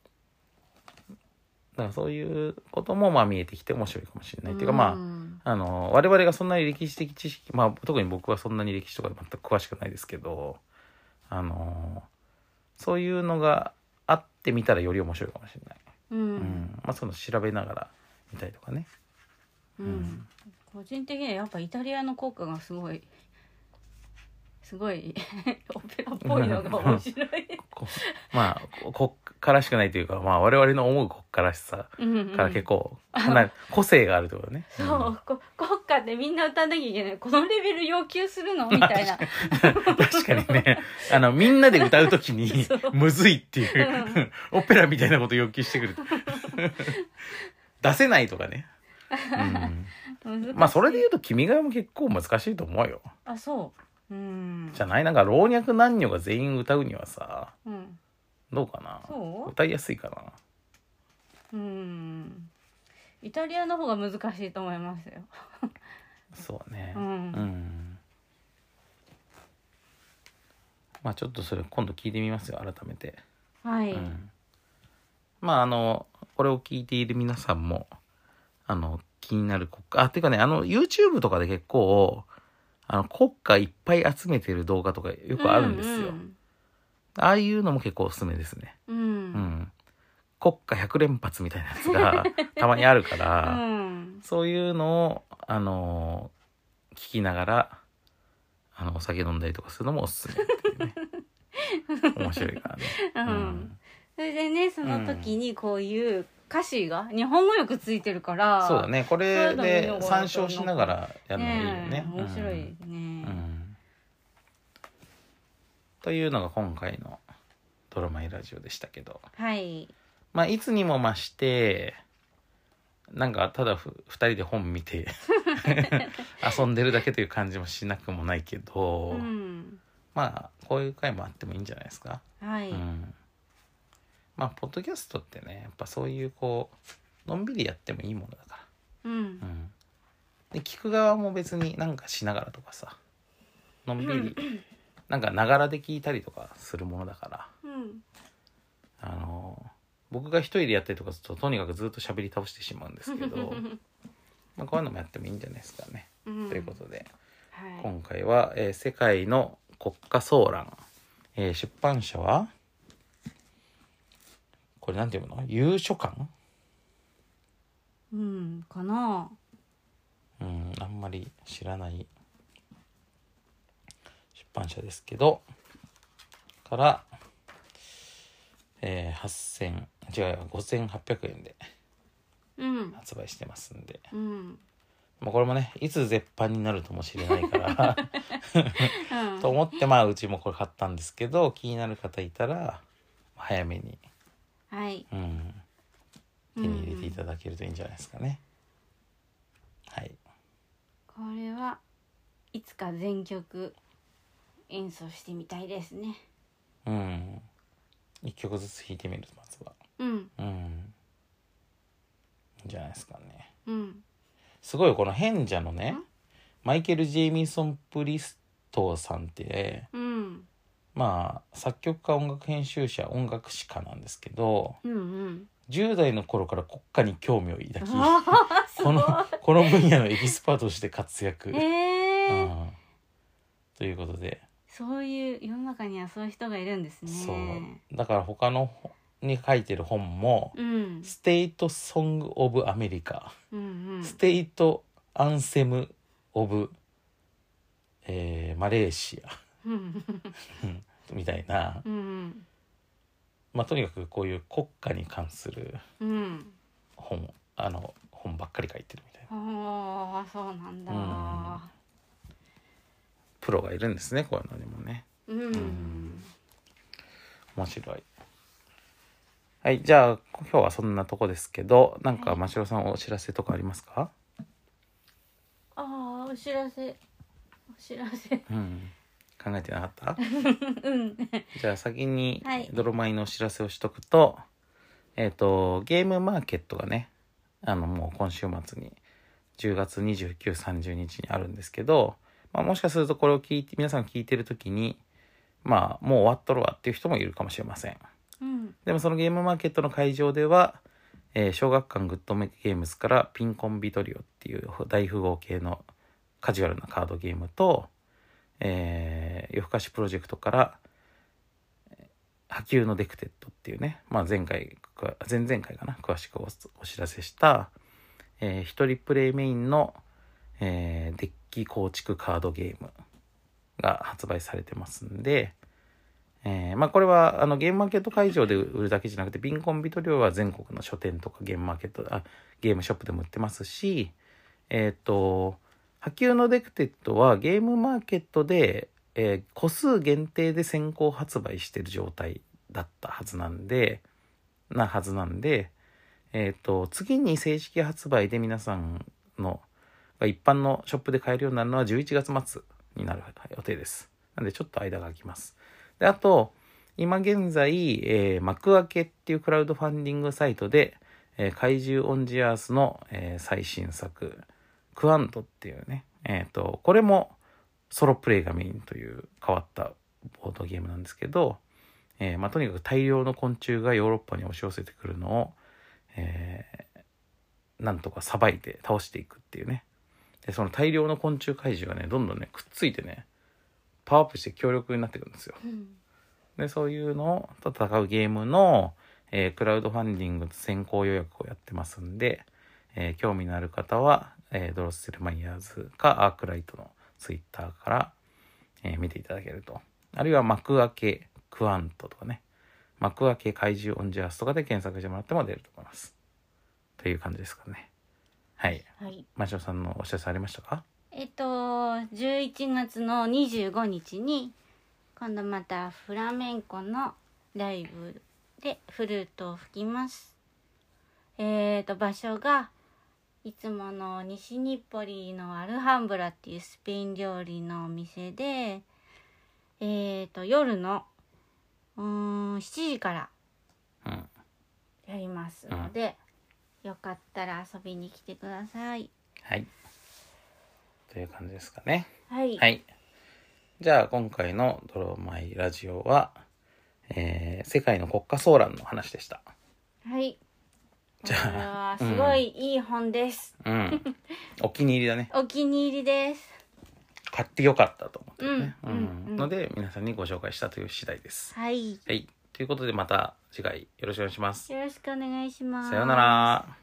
Speaker 1: だからそういうこともまあ見えてきて面白いかもしれない、っていうか
Speaker 2: う
Speaker 1: ま
Speaker 2: ん
Speaker 1: ああの我々がそんなに歴史的知識まあ特に僕はそんなに歴史とか全く詳しくないですけどあのそういうのがあってみたらより面白いかもしれない、
Speaker 2: う
Speaker 1: うん
Speaker 2: ん
Speaker 1: まあその調べながら見たりとかね
Speaker 2: うん個人的にはやっぱイタリアの効果がすごいすごいオペラっぽいのが面白い、
Speaker 1: こまあここっからしくないというかまあ我々の思うこっからしさ
Speaker 2: うんうん
Speaker 1: から結構、な個性があるってことね。
Speaker 2: そ
Speaker 1: うん
Speaker 2: うこ国歌でみんな歌わなきゃいけないこのレベル要求するのみたいな
Speaker 1: 確かにね。あの、みんなで歌うときに
Speaker 2: そう、
Speaker 1: むずいっていう、オペラみたいなこと要求してくる。出せないとかね。
Speaker 2: 難し
Speaker 1: う
Speaker 2: い
Speaker 1: ん、まあ、それで言うと、君が代も結構難しいと思うよ。
Speaker 2: あそううん
Speaker 1: じゃないなんか、老若男女が全員歌うにはさ、
Speaker 2: うん
Speaker 1: どうかな
Speaker 2: そ
Speaker 1: 歌いやすいかな
Speaker 2: ううんイタリアの方が難しいと思いますよ
Speaker 1: そうね。
Speaker 2: うん
Speaker 1: うんまあ、ちょっとそれ今度聞いてみますよ、改めて。
Speaker 2: はい、
Speaker 1: うんまああのこれを聞いている皆さんもあの気になる国家あっていうかねあの YouTube とかで結構あの国家いっぱい集めてる動画とかよくあるんですよ、
Speaker 2: うん
Speaker 1: ああいうのも結構おすすめですね
Speaker 2: うん、
Speaker 1: うん国家100連発みたいなやつ がたまにあるか
Speaker 2: う
Speaker 1: ら、
Speaker 2: ん
Speaker 1: そういうのを、あのー聞きながら、あの、お酒飲んだりとかするのもおすすめって いうね。面白いからね。
Speaker 2: う、
Speaker 1: うん
Speaker 2: それでねその時にこういう歌詞が日本語よくついてるから
Speaker 1: そうだね。これで参照しながらやるのもいいよ
Speaker 2: ね
Speaker 1: ね。
Speaker 2: え面白いね、
Speaker 1: うん。うんというのが今回のドラマイラジオでしたけど。
Speaker 2: はい
Speaker 1: まあ、いつにも増して、なんかただふ2人で本見 て遊んでるだけという感じもしなくもないけど、
Speaker 2: うん
Speaker 1: まあこういう回もあってもいいんじゃないですか。
Speaker 2: はい、
Speaker 1: うん、まあポッドキャストってねやっぱそういうこうのんびりやってもいいものだか
Speaker 2: うん
Speaker 1: ら、うん、で聞く側も別になんかしながらとかさのんびりなんかながらで聞いたりとかするものだから
Speaker 2: うん
Speaker 1: あの僕が一人でやってるとかするととにかくずっと喋り倒してしまうんですけどまあこういうのもやってもいいんじゃないですかね。
Speaker 2: うん
Speaker 1: ということで
Speaker 2: はい、
Speaker 1: 今回は、えー世界の国家騒乱」えー出版社はこれなんて読むの有書館
Speaker 2: うん、かな
Speaker 1: うんあんまり知らない出版社ですけどから、えー、8000違う5800円で
Speaker 2: うん
Speaker 1: 発売してますんで、
Speaker 2: うん
Speaker 1: まあ、これもねいつ絶版になるともしれないから
Speaker 2: うん
Speaker 1: と思ってまあうちもこれ買ったんですけど気になる方いたら早めに
Speaker 2: はい
Speaker 1: うん、手に入れていただけるといいんじゃないですかね。はい、
Speaker 2: これはいつか全曲演奏してみたいですね
Speaker 1: うん、一曲ずつ弾いてみるまずは、
Speaker 2: うん
Speaker 1: うん、いいんじゃないですかね。
Speaker 2: うん
Speaker 1: すごいこの変者のね
Speaker 2: ん、
Speaker 1: マイケル・ジェイミソン・プリストーさんって、
Speaker 2: うん
Speaker 1: まあ作曲家、音楽編集者、音楽史家なんですけど、
Speaker 2: うん うん
Speaker 1: 10代の頃から国家に興味を抱き、
Speaker 2: ああす
Speaker 1: こ
Speaker 2: ごい
Speaker 1: のこの分野のエキスパートとして活躍。
Speaker 2: え
Speaker 1: う
Speaker 2: ー、
Speaker 1: ん、ということで。
Speaker 2: そういう世の中にはそういう人がいるんですね
Speaker 1: そうだから他のに書いてる本も
Speaker 2: う
Speaker 1: 「
Speaker 2: ん
Speaker 1: ステイト・ソング・オブ・アメリカ」
Speaker 2: うんうん
Speaker 1: ステイト・アンセム・オブ、えーマレーシア
Speaker 2: うん」
Speaker 1: みたいな、
Speaker 2: うん
Speaker 1: まあ、とにかくこういう国家に関する
Speaker 2: うん
Speaker 1: 本あの本ばっかり書いてるみたいな
Speaker 2: ああそうなんだ
Speaker 1: プロがいるんですねこういうのにもね
Speaker 2: うん、
Speaker 1: 面白い。はいじゃあ今日はそんなとこですけどなんか真城さんお知らせとかありますか、
Speaker 2: ああお知らせお知ら せ
Speaker 1: うん、考えてなかった
Speaker 2: うん
Speaker 1: じゃあ先に
Speaker 2: はい
Speaker 1: 泥米のお知らせをしとくと、えっ、と、ゲームマーケットがね、あのもう今週末に10月29、30日にあるんですけど、まあもしかするとこれを聞いて、皆さん聞いてるときに、まあもう終わっとるわっていう人もいるかもしれません。
Speaker 2: うん
Speaker 1: でもそのゲームマーケットの会場では、えー小学館グッドメゲームズからピンコンビトリオっていう大富豪系のカジュアルなカードゲームと、えー夜更かしプロジェクトからえー波及のデクテッドっていうね、まあ、前回くわ前々回かな詳しくおお知らせした、えー一人プレイメインの、えーデッキ構築カードゲームが発売されてますんで、えーまあこれはあのゲームマーケット会場で売るだけじゃなくて、ビンコンビトリオは全国の書店とかゲームマーケット、あ、ゲームショップでも売ってますし、えっ、と、波及のデクテッドはゲームマーケットで、えー個数限定で先行発売してる状態だったはずなんで、なはずなんで、えっ、と、次に正式発売で皆さんの、が一般のショップで買えるようになるのは11月末になる予定です。なんでちょっと間が空きます。で、あと、今現在、えー幕開けっていうクラウドファンディングサイトで、えー怪獣オンジアースの、えー最新作、クアントっていうね、えっ、と、これもソロプレイがメインという変わったボードゲームなんですけど、えーまあ、とにかく大量の昆虫がヨーロッパに押し寄せてくるのを、えーなんとかさばいて倒していくっていうね。で、その大量の昆虫怪獣がね、どんどんね、くっついてね、パワーアップして強力になってくるんですよ。
Speaker 2: うん
Speaker 1: でそういうのと戦うゲームの、えークラウドファンディング先行予約をやってますんで、えー興味のある方は、えードロッセルマイヤーズかアークライトのツイッターから、えー見ていただけると。あるいは幕開けクアントとかね、幕開け怪獣オンジャースとかで検索してもらっても出ると思います。という感じですかね。はい。
Speaker 2: はい。
Speaker 1: マシオさんのお知らせありましたか
Speaker 2: えっと11月の25日に今度またフラメンコのライブでフルートを吹きます。えっと場所がいつもの西日暮里のアルハンブラっていうスペイン料理のお店で、えっと夜のうーん7時から
Speaker 1: うん。
Speaker 2: やりますので、よかったら遊びに来てください。
Speaker 1: はい。という感じですかね。
Speaker 2: はい。
Speaker 1: はい。じゃあ今回のドロマイラジオは、えー世界の国家騒乱の話でした。
Speaker 2: はい。
Speaker 1: じゃあ
Speaker 2: これはすごいいい本です。
Speaker 1: うん。お気に入りだね。
Speaker 2: お気に入りです。
Speaker 1: 買ってよかったと思ってるね。
Speaker 2: うんうんうん
Speaker 1: ので、皆さんにご紹介したという次第です。
Speaker 2: はい。よ
Speaker 1: はい。ということでまた次回よろしくお願いします。
Speaker 2: ろしくお願いします。
Speaker 1: さようなら。